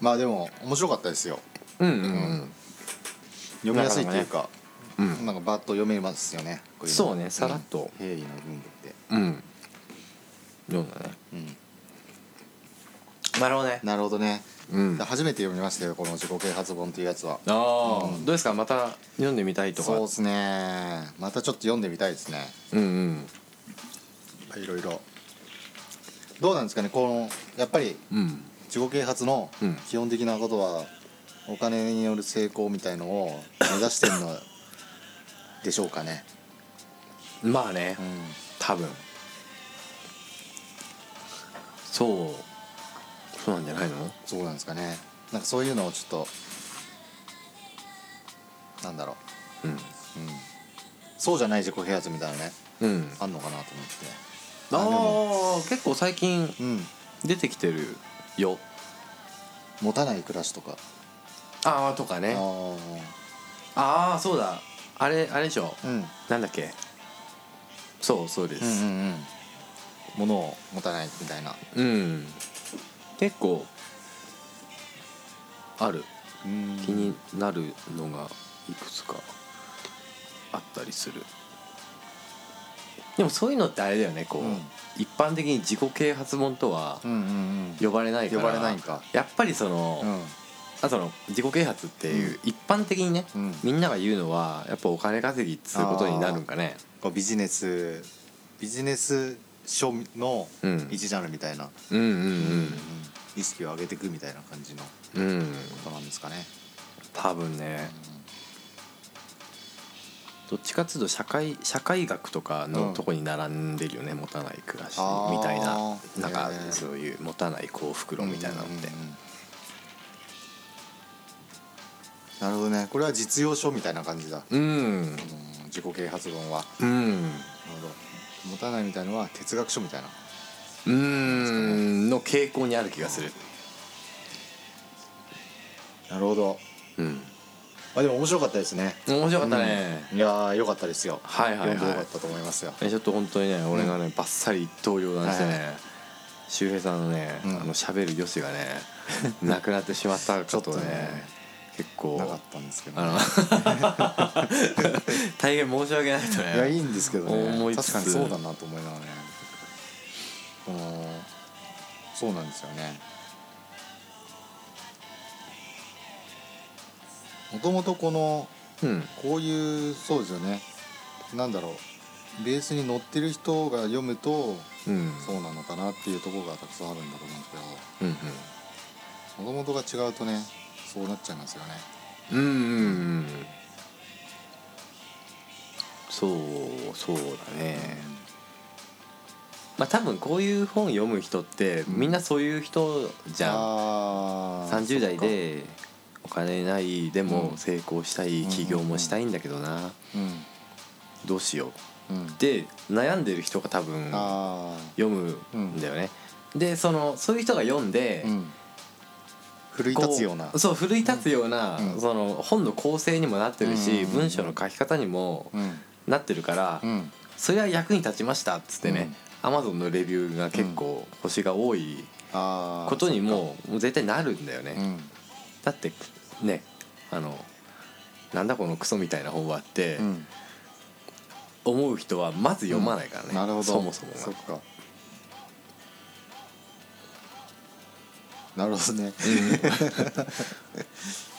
B: まあでも面白かったですよ
C: うんうんうん
B: 読みやすいっていうか
C: う
B: なん
C: ん
B: かバッと読めますよねこいの
C: そうねさらっと
B: うん平易の文具って
C: うん読んだね
B: うん
C: なるほどね
B: なるほどね
C: うんあ
B: 初めて読みましたよこの自己啓発本っていうやつは
C: あ、どうですかまた読んでみたいとか
B: そうですねまたちょっと読んでみたいですね
C: うんうん
B: いろいろどうなんですかねこのやっぱり
C: うん
B: 自己啓発の
C: うん
B: 基本的なことはお金による成功みたいのを目指してるのでしょうかね、
C: まあね、
B: うん、
C: 多分そうそうなんじゃないの
B: そうなんですかねなんかそういうのをちょっとなんだろ
C: うん
B: う、うん、そうじゃない自己啓発みたいなね
C: うん
B: あんのかなと思って
C: あ
B: でも
C: あ結構最近
B: うん
C: 出てきてるよ
B: 持たない暮らしとか
C: ああとか
B: あ
C: ね
B: ー
C: ああそうだあれあれでしょ
B: うん
C: なんだっけそうそうで
B: うんうん
C: す
B: うん物を持たないみたいな
C: うん、結構ある
B: うん
C: 気になるのがいくつかあったりするでもそういうのってあれだよねこう、
B: うん
C: 一般的に自己啓発本とは
B: うんうん
C: 呼ばれないから
B: 呼ばれないんか
C: やっぱりその、
B: うん
C: あその自己啓発っていう、一般的にね、
B: うん
C: みんなが言うのはやっぱお金稼ぎっつうことになるんかね
B: こうビジネスビジネス書の
C: うん
B: 一ジャンルみたいな、
C: うんうん
B: 意識を上げていくみたいな感じのこ
C: うんうん
B: となんですかね、
C: 多分ねどっちかっつうと社会社会学とか
B: う
C: の
B: ん
C: とこに並んでるよね、持たない暮らし
B: あー
C: みたいななんか
B: へー
C: そういう持たない幸福論みたいなのって、
B: うんうんうんなるほどねこれは実用書みたいな感じだ、
C: うん
B: うん、自己啓発本はなる
C: うん
B: ほど持たないみたいのは哲学書みたいな
C: うんの傾向にある気がする
B: なるほど
C: うん
B: あでも面白かったですね
C: 面白かったね、
B: うんいやー良かったですよ
C: はいはいはい
B: 読んで良かったと思いますよ
C: えちょっと本当にね俺がね、バッサリ投了断してね、
B: はいは
C: 周平さんのね、
B: うん
C: あの喋る余地 がねなくなってしまった
B: ちょ
C: こ
B: っと
C: と
B: ね
C: ね結構
B: なかったんですけど、ね
C: あの大変申し訳ないとね
B: いやいいんですけど
C: 思い
B: ね
C: つ
B: 確
C: つ
B: かにそうだなと思いながらねこのそうなんですよねもともとこの
C: うん
B: こういうそうですよねなんだろうベースに乗ってる人が読むと
C: うん
B: そうなのかなっていうところがたくさんあるんだと思うんです
C: うんうん
B: けどもともとが違うとねそうなっちゃいますよね
C: うんうんうんそうそうだね、まあ多分こういう本読む人ってみんなそういう人じゃん、
B: あー
C: 30代でお金ないでも成功したい
B: うん
C: 起業もしたいんだけどな
B: そっか
C: どうしよ
B: うんうん
C: うで悩んでる人が多分
B: あ
C: 読むんだよね、でそのそういう人が読んで
B: あ、うん奮い
C: こ
B: 立つような
C: そう奮い立つような、
B: うん
C: その本の構成にもなってるし、
B: うんうんうん
C: 文章の書き方にも
B: うん
C: なってるから、
B: うん
C: それは役に立ちましたっつってね、Amazon のレビューが結構星が多い
B: あー
C: ことにももう絶対なるんだよね、
B: うん
C: だってねあのなんだこのクソみたいな本はって
B: うん
C: 思う人はまず読まないからね、
B: なるほど
C: そもそも
B: そっ
C: が
B: かなるほどね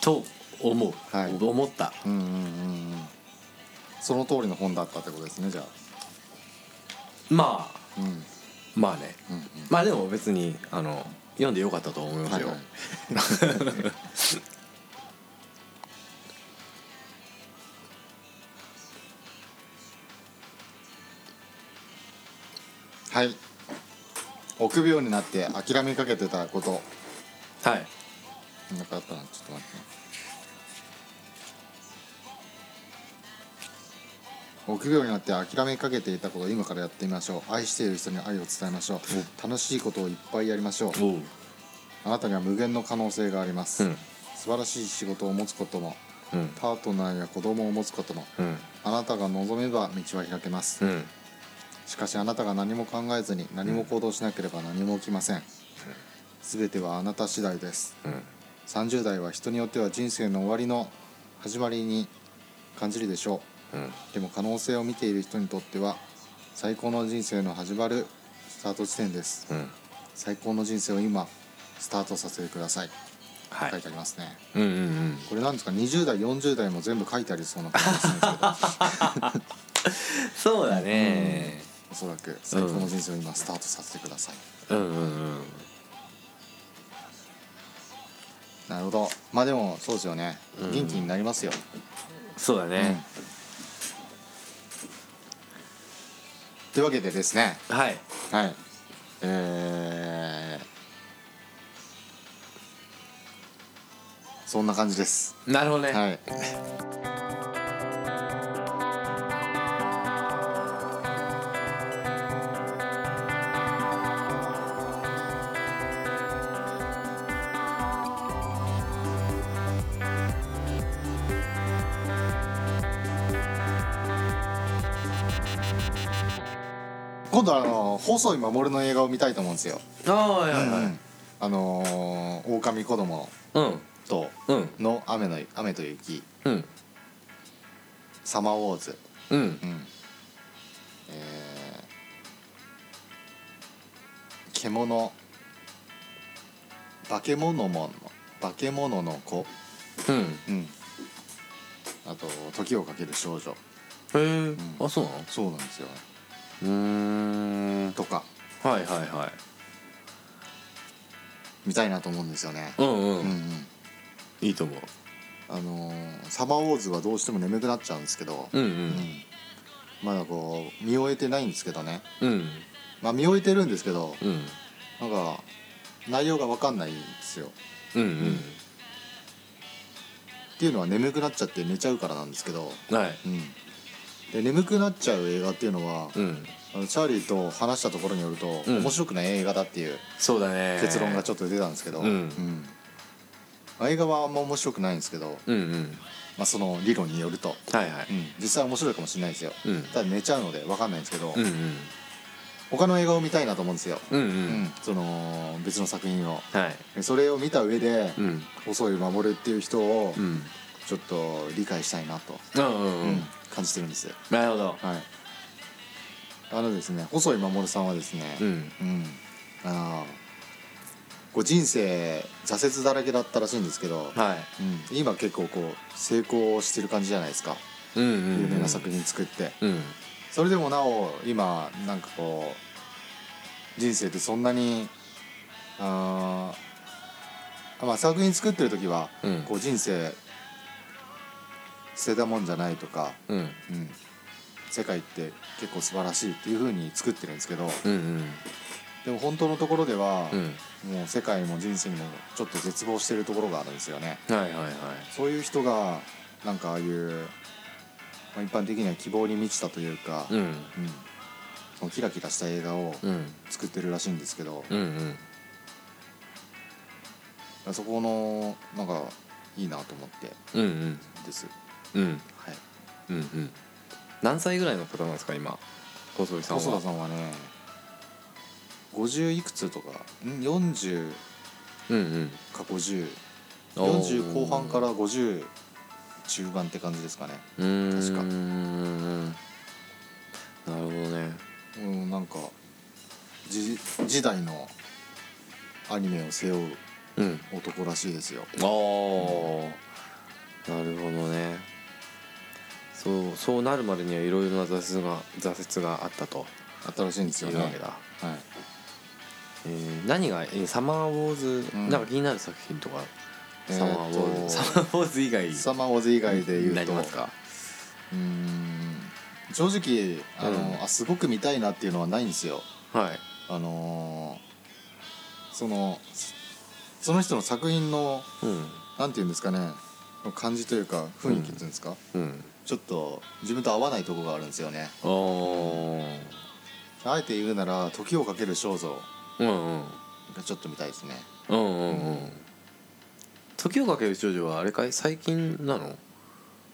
C: と思う、
B: はい
C: 思った
B: うんうんうんうんその通りの本だったってことですねじゃあ
C: まあ
B: うんうん
C: まあね
B: うん
C: まあでも別にあの読んでよかったと思いま
B: は
C: す
B: い
C: よ、
B: はいはい臆病になって諦めかけてたこと
C: はい
B: なんかあったなちょっと待ってね臆病になって諦めかけていたことを今からやってみましょう愛している人に愛を伝えましょう楽しいことをいっぱいやりましょう
C: おう
B: あなたには無限の可能性があります、
C: うん
B: 素晴らしい仕事を持つことも
C: うん
B: パートナーや子供を持つことも
C: うん
B: あなたが望めば道は開けます、
C: うん
B: しかしあなたが何も考えずに何も行動しなければ何も起きません全てはあなた次第です
C: うん
B: 30代は人によっては人生の終わりの始まりに感じるでしょ
C: うん
B: うでも可能性を見ている人にとっては最高の人生の始まるスタート地点です
C: うん
B: 最高の人生を今スタートさせてください
C: は
B: 書い
C: い
B: てありますね、
C: うんうんうん
B: これなんですか20代40代も全部書いてありそうな感じ ですねそ
C: そう
B: れで
C: だね
B: おそらく最高の人生を今スタートさせてください、
C: うんうんうん
B: なるほどまあでもそうですよね、元気になりますよ、
C: そうだね
B: というわけでですね
C: はい
B: はいえー、そんな感じです
C: なるほどね
B: はい今度あの細井守の映画を見たいと思うんですよ、
C: ああはいはいはい
B: あのー、狼子供
C: うん
B: と
C: うん
B: の雨の雨と雪
C: うん
B: サマーウォーズ
C: うん
B: うんえー獣化け物もの化け物の子、
C: うん
B: うん、あと「時をかける少女
C: へえあそうな」
B: そうなんですよ
C: のうーん
B: とか
C: はいはいはい
B: 見たいなと思うんですよね、
C: うんうん、
B: うんうん
C: いいと思う
B: あのーサマーウォーズ」はどうしても眠くなっちゃうんですけど、
C: うん
B: うんまだこう見終えてないんですけどね
C: うんうん
B: まあ見終えてるんですけど
C: うん
B: なんか内容が分かんないんですよ
C: うんうん
B: っていうのは眠くなっちゃって寝ちゃうからなんですけど、
C: はい
B: うん、で眠くなっちゃう映画っていうのは、
C: うん
B: あのチャーリーと話したところによると、
C: うん
B: 面白くない映画だっていう
C: そうだね
B: 結論がち
C: ょっ
B: ょっと出たんですけど、
C: うん
B: うん映画はあんま面白くないんですけど、
C: とうんうん
B: まあ、その理論によると、
C: はいはい
B: うん実際面白いかもしれないですよ、
C: うん
B: ただ寝ちゃうので分かんないんですけど、
C: うんうん
B: 他の映画を見たいなと思うんですよ、
C: うんう
B: うんんその別の作品を
C: はい
B: それを見た上で、
C: うん
B: 細い守るっていう人を
C: うん
B: ちょっと理解したいなと、
C: うんうんうん
B: 感じてるんですよ
C: なるほど
B: はい。あのですね、細井守さんはですね、
C: うん
B: うん、あのこう人生挫折だらけだったらしいんですけど、
C: は
B: うん、今結構こう成功してる感じじゃないですか。
C: いうんうん
B: 有
C: うん
B: 名な作品作って、
C: うん
B: それでもなお今なんかこう人生ってそんなに、あーまあ作品作ってる時は、
C: うん
B: こう人生捨てたもんじゃないとか。
C: うん
B: うん、世界って結構素晴らしいっていう風に作ってるんですけど
C: うんうん
B: でも本当のところでは
C: う、ん
B: もう世界も人生もちょっと絶望してるところがあるんですよね
C: はいはいはい
B: そういう人がなんかああいう、まあ、一般的には希望に満ちたというか、
C: うん
B: うんそのキラキラした映画を
C: うん
B: 作ってるらしいんですけど、
C: うんうん
B: そこのなんかいいなと思って
C: うんうん
B: です、
C: うん
B: はい、
C: うんうん何歳ぐらいの方なんですか今細井さんは
B: 細田さんはね50いくつとかん40
C: うんうん
B: か5040
C: おー
B: 後半から50中盤って感じですかね
C: うーん
B: 確か
C: なるほどね
B: うんなんかじ時代のアニメを背負う
C: うん
B: 男らしいですよ
C: ああ、なるほどねそうそうなるまでにはいろいろな挫折が挫折があったと
B: 新しいんですよ
C: いう
B: ね
C: わけだ、
B: はい、
C: えー何が、えーサマーウォーズ、
B: うん
C: なんか気になる作品とか、
B: えー
C: サマーウォーズサマーウォーズ以外
B: サマーウォーズ以外で
C: にな
B: 言う
C: り
B: と
C: ますか
B: うーん正直あの、
C: うん
B: あすごく見たいなっていうのはないんですよ
C: はい
B: あのーそのその人の作品の
C: うん
B: なんていうんですかねの感じというか雰囲気っていうんですか、
C: うん
B: ちょっと自分と合わないとこがあるんですよね
C: おお
B: あえて言うなら「時をかける肖像
C: うんうん」
B: がちょっと見たいですね
C: うんうんうん時をかける少女はあれかい最近なのへ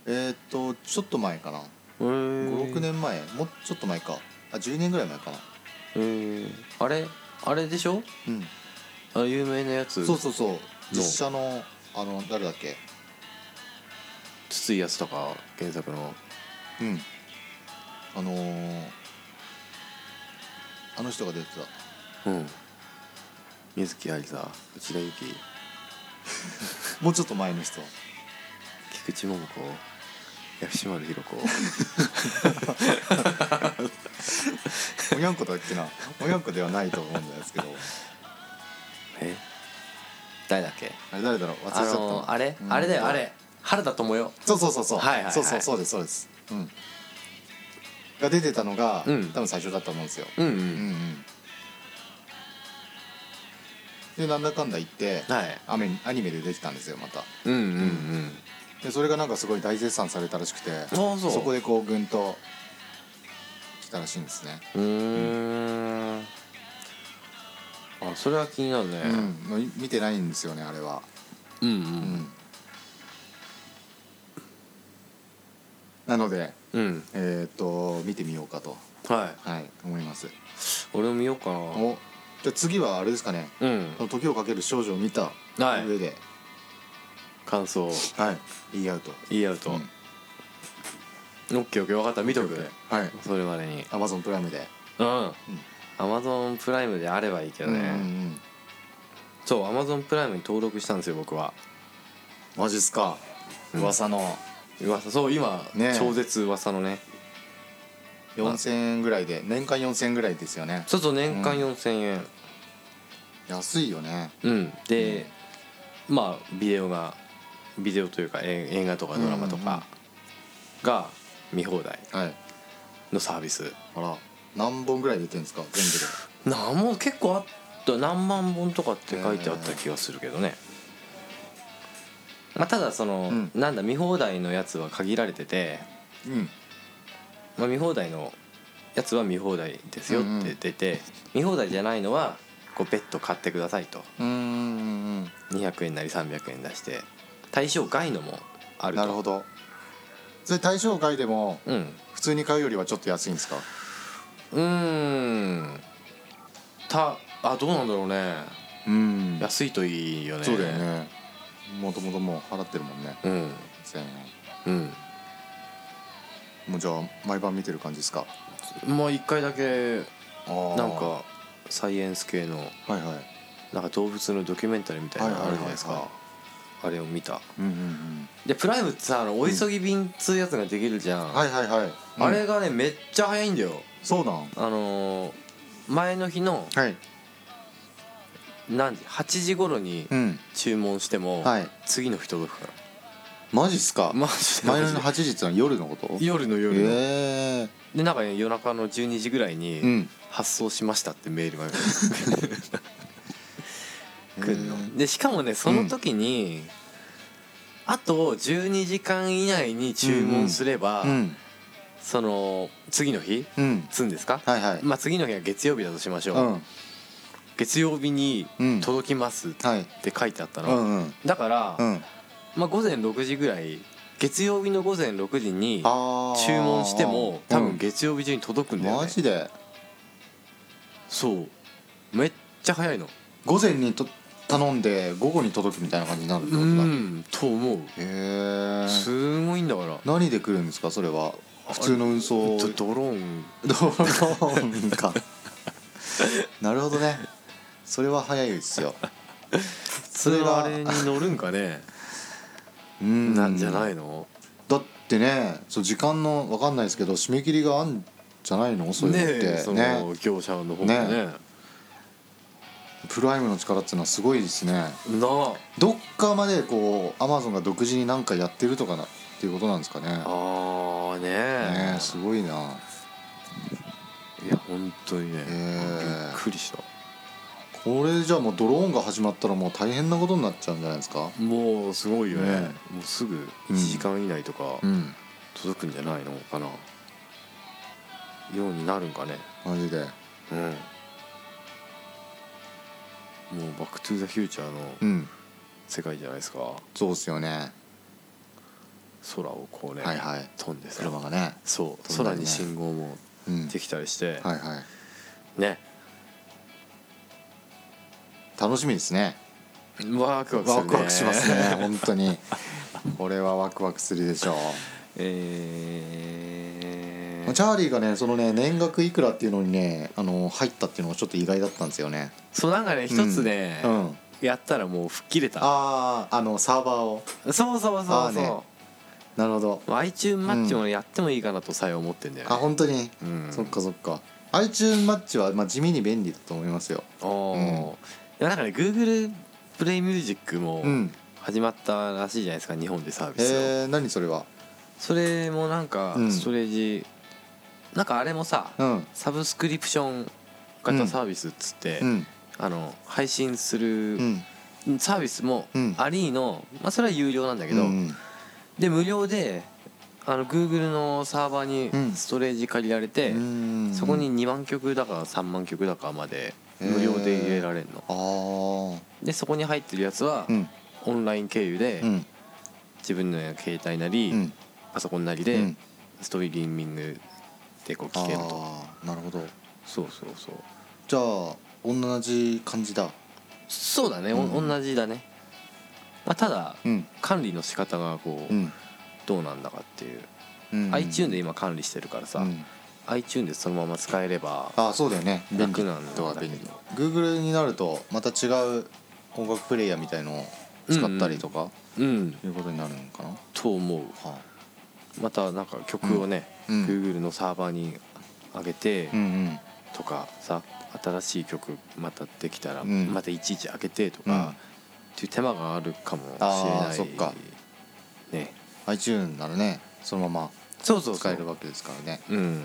B: えー、っとちょっと前かな
C: え
B: 56年前もうちょっと前かあ10年ぐらい前かな
C: へえあれあれでしょ
B: うん
C: あ有名なやつ
B: そうそうそう実写のあの誰だっけ
C: 筒井康隆原作の
B: うんあのー、あの人が出てた
C: うん水木有沙内田有紀
B: もうちょっと前の人
C: 菊池桃子薬師丸ひろ 子
B: おにゃんこだっ けなおにゃんこではないと思うんですけど
C: え誰だっけ
B: あれ誰だろう忘れちゃ
C: あ
B: った
C: の
B: な
C: ーあれ
B: うん
C: あれだよあれ原田知世
B: そうそうそうそう、
C: はいはいはい
B: そうそうそうですそうですうんが出てたのが、
C: うん
B: 多分最初だったと思うんですよ、
C: うんう
B: うん
C: ん
B: うんでなんだかんだ言って、
C: はい
B: アメアニメでできたんですよまた
C: うんうんうん
B: でそれがなんかすごい大絶賛されたらしくて
C: そう
B: こでこうぐんと来たらしいんですね、
C: うーんあそれは気になるね
B: うんもうい見てないんですよねあれは
C: うん
B: うんなので
C: うんうん
B: えーっと見てみようかと
C: はい
B: はい思います
C: 俺も見ようかな
B: おじゃあ次はあれですかね
C: うん
B: この時をかける少女を見た
C: はい
B: 上で、
C: 感想
B: はい、言い合うと
C: 言い合うと
B: う
C: オ
B: ん
C: ッケーオッケー分かった見とく
B: はい
C: それまでに
B: Amazon プライムで、
C: うんアマゾンプライムであればいいけど
B: うんうんう
C: ね
B: ん
C: そうアマゾンプライムに登録したんですよ僕は
B: マジっすか
C: うん
B: 噂の
C: 噂そう今
B: ねえ
C: 超絶噂のね
B: 4000円ぐらいで年間4000円ぐらいですよね
C: そうそう年間4000円
B: 安いよね
C: うんでまあビデオがビデオというかえ映画とかドラマとかが見放題
B: はい
C: のサービス
B: あら何本ぐらい出てるんですか全部で
C: なんも結構あった何万本とかって書いてあった気がするけどね、まあ、ただその、
B: うん
C: なんだ見放題のやつは限られてて、
B: うん
C: まあ、見放題のやつは見放題ですよって出て、見放題じゃないのはこう別途買ってくださいと
B: うんうん
C: 200円なり300円出して対象外のもあ
B: うん
C: ると
B: なるほどそれ対象外でも
C: うん
B: 普通に買うよりはちょっと安いんですか
C: うーんたあどうなんだろうね
B: うん
C: 安いといいよね
B: そうだよねもともともう払ってるもんね
C: うん
B: 1000円
C: うん
B: もうじゃあ毎晩見てる感じですか
C: まあ一回だけ
B: あー
C: なんかサイエンス系の
B: はいはい
C: なんか動物のドキュメンタリーみたいなのあるじゃないです
B: はいは
C: か
B: いは
C: あれを見た
B: うんうん
C: でプライムってさあのお急ぎ便っつうやつができるじゃん、
B: うんはいはいはい
C: あ
B: うん
C: れがねめっちゃ早いんだよ
B: そうなん
C: あのー前の日の
B: はい
C: 何時8時頃に
B: うん
C: 注文しても、
B: はい
C: 次の日届くか
B: マジっすから
C: マジで
B: 前の
C: マジで
B: 8時ってのは夜のこと
C: 夜の夜の、
B: ええ
C: でなんか、ね、夜中の12時ぐらいに、
B: うん
C: 発送しましたってメー ルが来るのでしかもねその時に、あと12時間以内に注文すれば、
B: うん
C: その次の日
B: うん
C: つんですか、
B: はいはい
C: まあ、次の日は月曜日だとしましょう、
B: うん
C: 月曜日に
B: うん
C: 届きますっ
B: はい
C: て書いてあった
B: う
C: の、
B: んうん
C: だから、
B: うん
C: まあ、午前6時ぐらい月曜日の午前6時に
B: あー
C: 注文しても多
B: うん
C: 分月曜日中に届くんだよね、
B: マジで
C: そうめっちゃ早いの
B: 午前にと頼んで午後に届くみたいな感じになるって
C: う
B: ことだへ
C: んと思う
B: え
C: すごいんだから
B: 何で来るんですかそれは普通の運送
C: ドドローン
B: ドローンか なるほどねそれは早いですよ
C: それはあれに乗るんかね
B: うん
C: なんじゃないいの
B: だってねそう時間のわかんないですけど締め切りがあんじゃないのそういうの
C: ね
B: っ
C: え
B: て
C: そ
B: ね
C: の業者の方もね
B: ね
C: な
B: プライムの力っていうのはすごいですね
C: あ
B: どっかまでこうアマゾンが独自になんかやってるとかなっていうことなんですかね
C: ああね
B: ねえ
C: え
B: すごいない
C: や本当にね
B: え
C: びっくりした
B: こ俺じゃあもうドローンが始まったらもう大変なことになっちゃうんじゃないですか
C: もうすごいよね
B: ね
C: もうすぐ
B: うん
C: 1時間以内とか
B: うん
C: 届くんじゃないのかな、ようになるんかね
B: マジで
C: うんもう「バック・トゥ・ザ・フューチャー」
B: う
C: の
B: ん
C: 世界じゃないですか
B: そうっすよね
C: 空をこうね、
B: はいはい
C: 飛んでさ
B: 車がね
C: そう
B: 飛んだ
C: 空
B: りね
C: に信号も
B: うん
C: できたりして、
B: はいはい
C: ね
B: 楽しみですね
C: ワクワクするね
B: ワクワクしますね 本当にこれはワクワクするでしょ
C: え
B: う
C: ー、
B: チャーリーがねそのね年額いくらっていうのにねあの入ったっていうのがちょっと意外だったんですよね
C: そうなんかね一つね、
B: うん
C: やったらもう吹っ切れた
B: あああのサーバーを
C: そうそう
B: あ
C: そ
B: ー
C: う
B: ね
C: そ
B: なるほど
C: う、iTune マッチもやってもいいかなとさえ思ってんだよね
B: あ本当に、
C: うん
B: そっかそっか iTune マッチは、まあ、地味に便利だと思いますよ
C: おー
B: うん
C: でもなんかね Google プレイミュージックも
B: うん
C: 始まったらしいじゃないですか日本でサービスを、
B: えー、何それは
C: それもなんか
B: うん
C: ストレージ、なんかあれもさ、
B: うん
C: サブスクリプション型サービスっつって、
B: うん
C: あの配信す
B: う
C: る
B: ん
C: サービスも
B: うん
C: ありの、まあ、それは有料なんだけど、
B: うん
C: で無料であの Google のサーバ
B: う
C: ー
B: ん
C: にストレージ借りられて、
B: うん
C: そこに2万曲だか3万曲だかまで無料で入れられるの、
B: ああ
C: でそこに入ってるやつは
B: うん
C: オンライン経由で
B: うん
C: 自分の携帯なり、
B: うん
C: パソコンなり
B: う
C: で
B: ん
C: ストリーミングでこう
B: あ
C: 聴けると
B: あなるほど
C: そうそうそう
B: じゃあ同じ感じだ
C: そうだね、お
B: うん
C: 同じだね、まあ、ただ、
B: うん
C: 管理の仕方がこう、
B: うん
C: どうなんだかっていう、
B: うん
C: iTune で今管理してるからさ、
B: うん
C: iTune でそのまま使えれば
B: ああそうだよね便
C: 楽
B: 利
C: なんだけ
B: と
C: ど
B: は便利 Google になるとまた違う音楽プレイヤーみたいのを使ったりとか、
C: うん
B: いうことになるのかなは
C: と思う
B: あ
C: またなんか曲をね、
B: うんうん
C: Google のサーバーに上げて
B: うん
C: とかさ新しい曲またできたら
B: うん
C: またいちいち上げてと
B: うん、
C: か、っていう手間があるかもしれ
B: あ
C: な
B: ー
C: い
B: そっか
C: ね
B: iTune ならねそのま
C: そうそ
B: ま
C: う
B: 使
C: そう
B: えるわけですからね
C: うん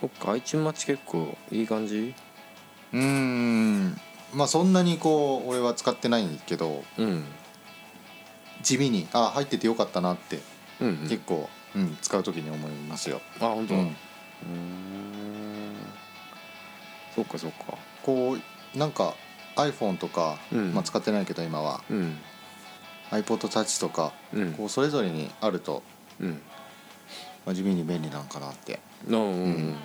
C: そっか iTune マッチ結構いい感じ
B: うーんまあそんなにこう俺は使ってないんけど
C: うん
B: 地味にあ入っててよかったなって
C: うん、うん、
B: 結構、うん、使う時に思いますよ、
C: あ本当。
B: う
C: うんん、そっかそっか
B: こうなんか iPhone とか、
C: うん
B: まあ、使ってないけど今は
C: うん
B: iPodTouch とか
C: うん
B: こうそれぞれにあると、
C: うん
B: まあ、地味に便利なんかなって
C: うんうん、
B: う
C: うんん、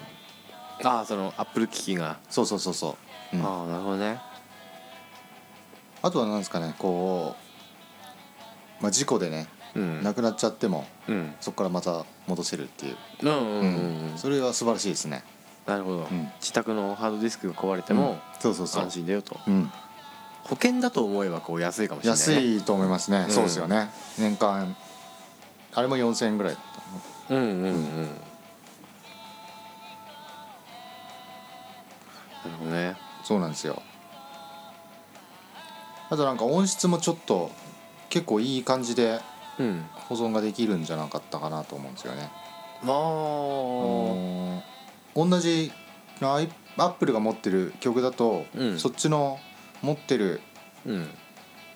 C: ああそのアップル機器が、
B: そうそうそうそう、うん、あ
C: ああなるほどね
B: とは何ですかねこう、まあ、事故でね
C: うん
B: なくなっちゃっても
C: うん
B: そこからまた戻せるっていう、
C: うんうんうんうん
B: それは素晴らしいですね
C: なるほど、
B: うん
C: 自宅のハードディスクが壊れても
B: そうそうそう
C: 安、心だよと、
B: うん、
C: 保険だと思えばこう安いかもしれない、
B: 安
C: ね、
B: いと思いますね、
C: うん
B: そうですよね年間あれも4000円ぐらいだった
C: うんうんうん、なるほどね
B: そうなんですよあとなんか音質もちょっと結構いい感じで
C: うん
B: 保存ができるんじゃなかったかなと思うんですよね
C: ま
B: あ
C: あ
B: のー同じアイアップルが持ってる曲だと、
C: うん
B: そっちの持ってる
C: うん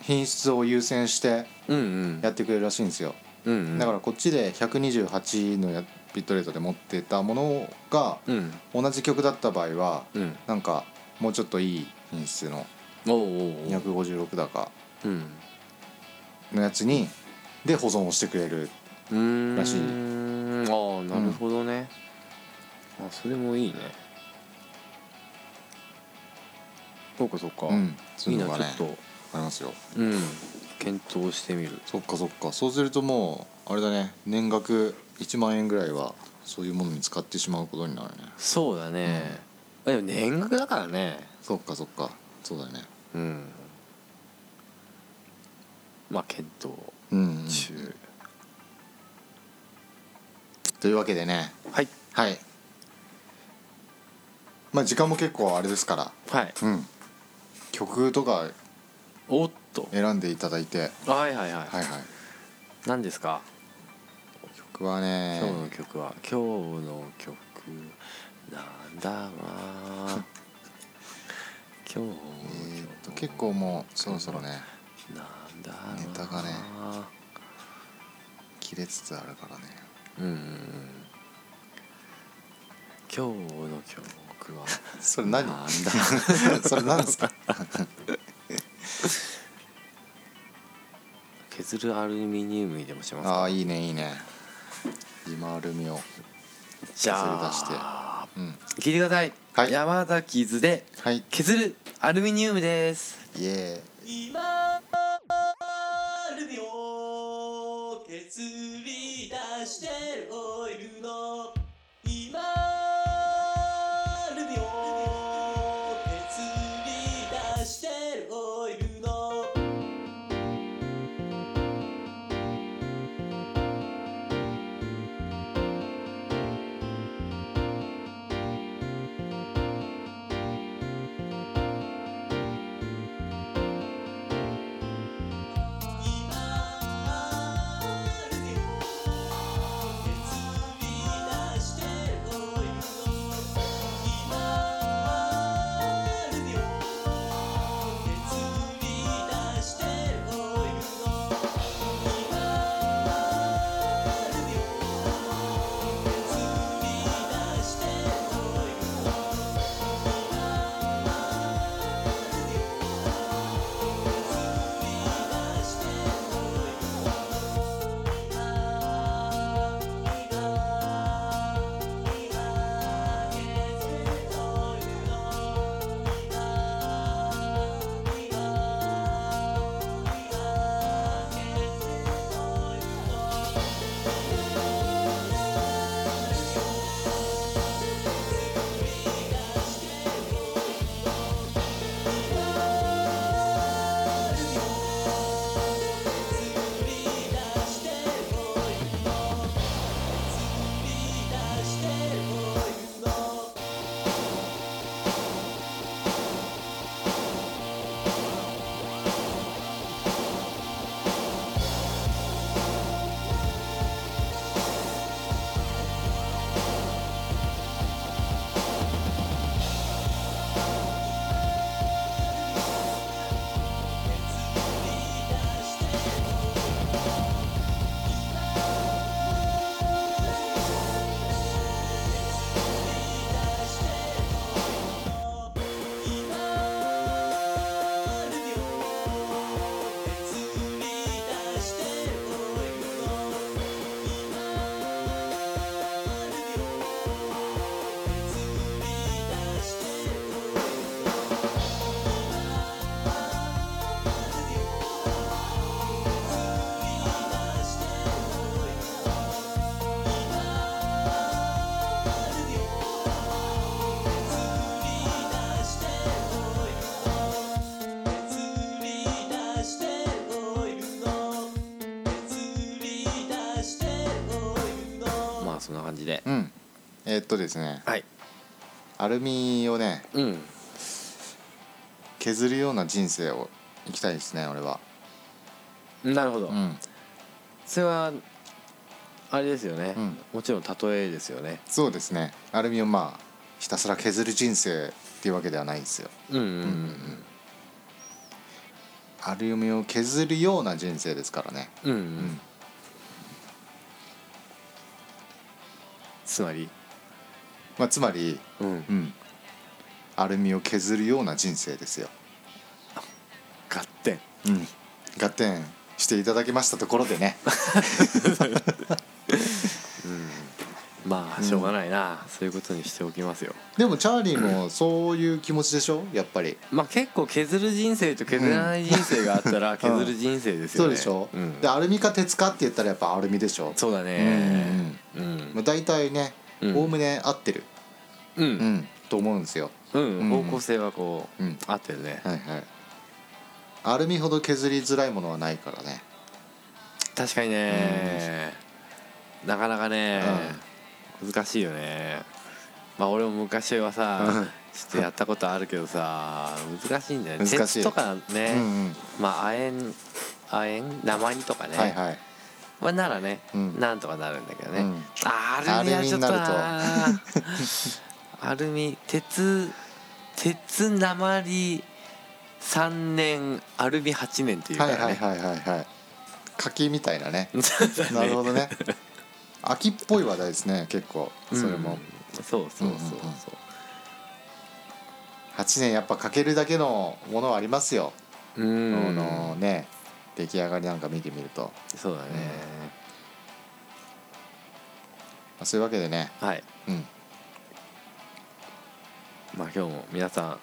B: 品質を優先して
C: うんうん
B: やってくれるらしいんですよ、
C: うんうん
B: だからこっちで128のやビットレートで持ってたものが
C: うん
B: 同じ曲だった場合は
C: うん
B: なんかもうちょっといい品質の
C: おうおうおう
B: 256だか
C: うん
B: のやつにで保存をしてくれる
C: うーん
B: らし
C: あ
B: い
C: あなるほどね、あそれもいいねそうかそうか、
B: うんそう
C: い
B: い
C: いうな
B: のが
C: ちょ
B: ね
C: っと
B: ありますよ
C: うん検討してみる
B: そっかそっかそうするともうあれだね年額1万円ぐらいはそういうものに使ってしまうことになるね
C: そうだね、でも年額だからね
B: そっかそっかそうだね
C: うんまあ検討
B: うん
C: 中、
B: というわけでね
C: はい
B: はいまあ時間も結構あれですから
C: はい
B: うん曲とか
C: おっと
B: 選んでいただいて
C: はいはいはい、
B: はいはい
C: 何ですか
B: 曲はね
C: 今日の曲は 今日の曲なんだわ今日
B: えーっと結構もうそろそろね
C: なんだろうな
B: ネタがね切れつつあるからね
C: うんうんうん今日の曲 は
B: それ何
C: なんだ
B: それ何ですか
C: 削るアルミニウムにでもしますか
B: ああいいねいいね今アルミを
C: じゃ
B: 削り出して
C: あ
B: うん
C: 聞いてください、
B: はい
C: 山崎伊豆で
B: はい
C: 削るアルミニウムです
B: イエ
E: 今ルビを削り出してるオイルの今ルビを削り出してるオイルの今ルビを削り出してるオイルの今ルビを削り出してるオイルの今ルビを削り出してるオイルの
C: まあそんな感じで
B: ーうんえーっとですね
C: はい
B: アルミをね
C: うん
B: 削るような人生を生きたいですね俺は
C: なるほど、
B: うん
C: それはあれですよね、
B: うん
C: もちろん例えですよね
B: そうですねアルミをまあひたすら削る人生っていうわけではないんですよ
C: うんうんうん、
B: アルミを削るような人生ですからね
C: うんうんつまり
B: まあつまり
C: うん
B: うんアルミを削るような人生ですよ
C: 合点
B: うん合点していただきましたところ でね
C: まあしょうがないな、そういうことにしておきますよ
B: でもチャーリーもそういう気持ちでしょやっぱり
C: まあ結構削る人生と削らない人生があったら削る人生です
B: そ
C: よ
B: う
C: ね、
B: でしょ、
C: うん
B: でアルミか鉄かって言ったらやっぱアルミでしょ
C: そうだねうんうん
B: まあ、大体ね
C: うん
B: おおむね合ってる、
C: う、
B: うんん、と思うんですよ
C: うん
B: うん
C: 方向性はこう、
B: うん
C: 合ってるね
B: はいはいアルミほど削りづらいものはないからね
C: 確かにね、なかなかね、難しいよねまあ俺も昔はさちょっとやったことあるけどさ難しいんだよね
B: 難し
C: 鉄
B: い
C: とかね、
B: うんうん
C: まあ亜鉛亜鉛鉛とかね、
B: はいはい
C: まあ、ならね、
B: うん
C: なんとかなるんだけどね、
B: うん
C: あーアルミはちょっとな
B: ア
C: アルミ鉄鉄鉛3年アルミ8年っていうか
B: は
C: ら
B: い
C: ね、
B: はいはいはいはい柿みたい なね
C: い
B: なるほどね秋っぽい話題ですね結構それも、
C: うんそうそうそうそう、
B: うんうんうん8年やっぱかけるだけのものはありますよ、
C: うん
B: あのね出来上がりなんか見てみると、ま
C: そうだね、
B: あそういうわけでね
C: はい
B: うん
C: まあ今日も皆さ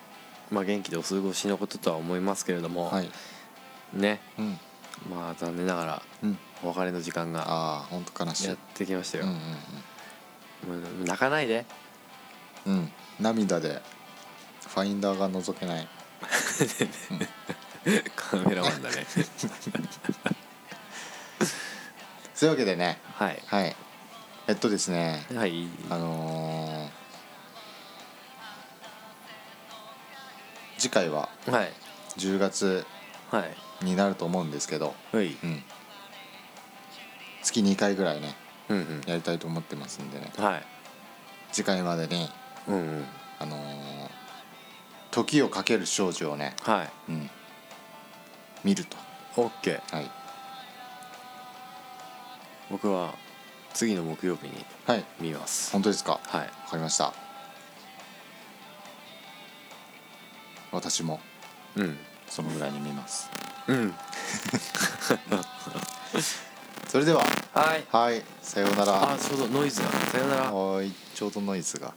C: ん、まあ、元気でお過ごしのこととは思いますけれども、
B: はい
C: ね
B: うん
C: まあ残念ながら
B: うん
C: お別れの時間が
B: ああ本当悲しい
C: やってきましたよ
B: うん、
C: もう泣かないで
B: うんうんうん涙でファインダーが覗けない
C: カメラマンだ ね
B: そういうわけでね
C: はい
B: はいえっとですね
C: はい
B: あのー次回は
C: はい
B: 10月
C: はい
B: になると思うんですけど、
C: はい
B: うん、月2回ぐらいね
C: うんうん
B: やりたいと思ってますんでね
C: はい
B: 次回までに、
C: うんうん
B: あのー時をかける少女」をね、
C: はい
B: うん、見ると、
C: オッケー
B: はい
C: 僕は次の木曜日に
B: はい、
C: 見ます
B: 本当ですか
C: はい
B: わかりました私も
C: うん
B: そのぐらいに見ます
C: うん
B: それでは
C: はい
B: はいさようなら
C: あそうだノイズださよなら
B: はいちょうどノイズが。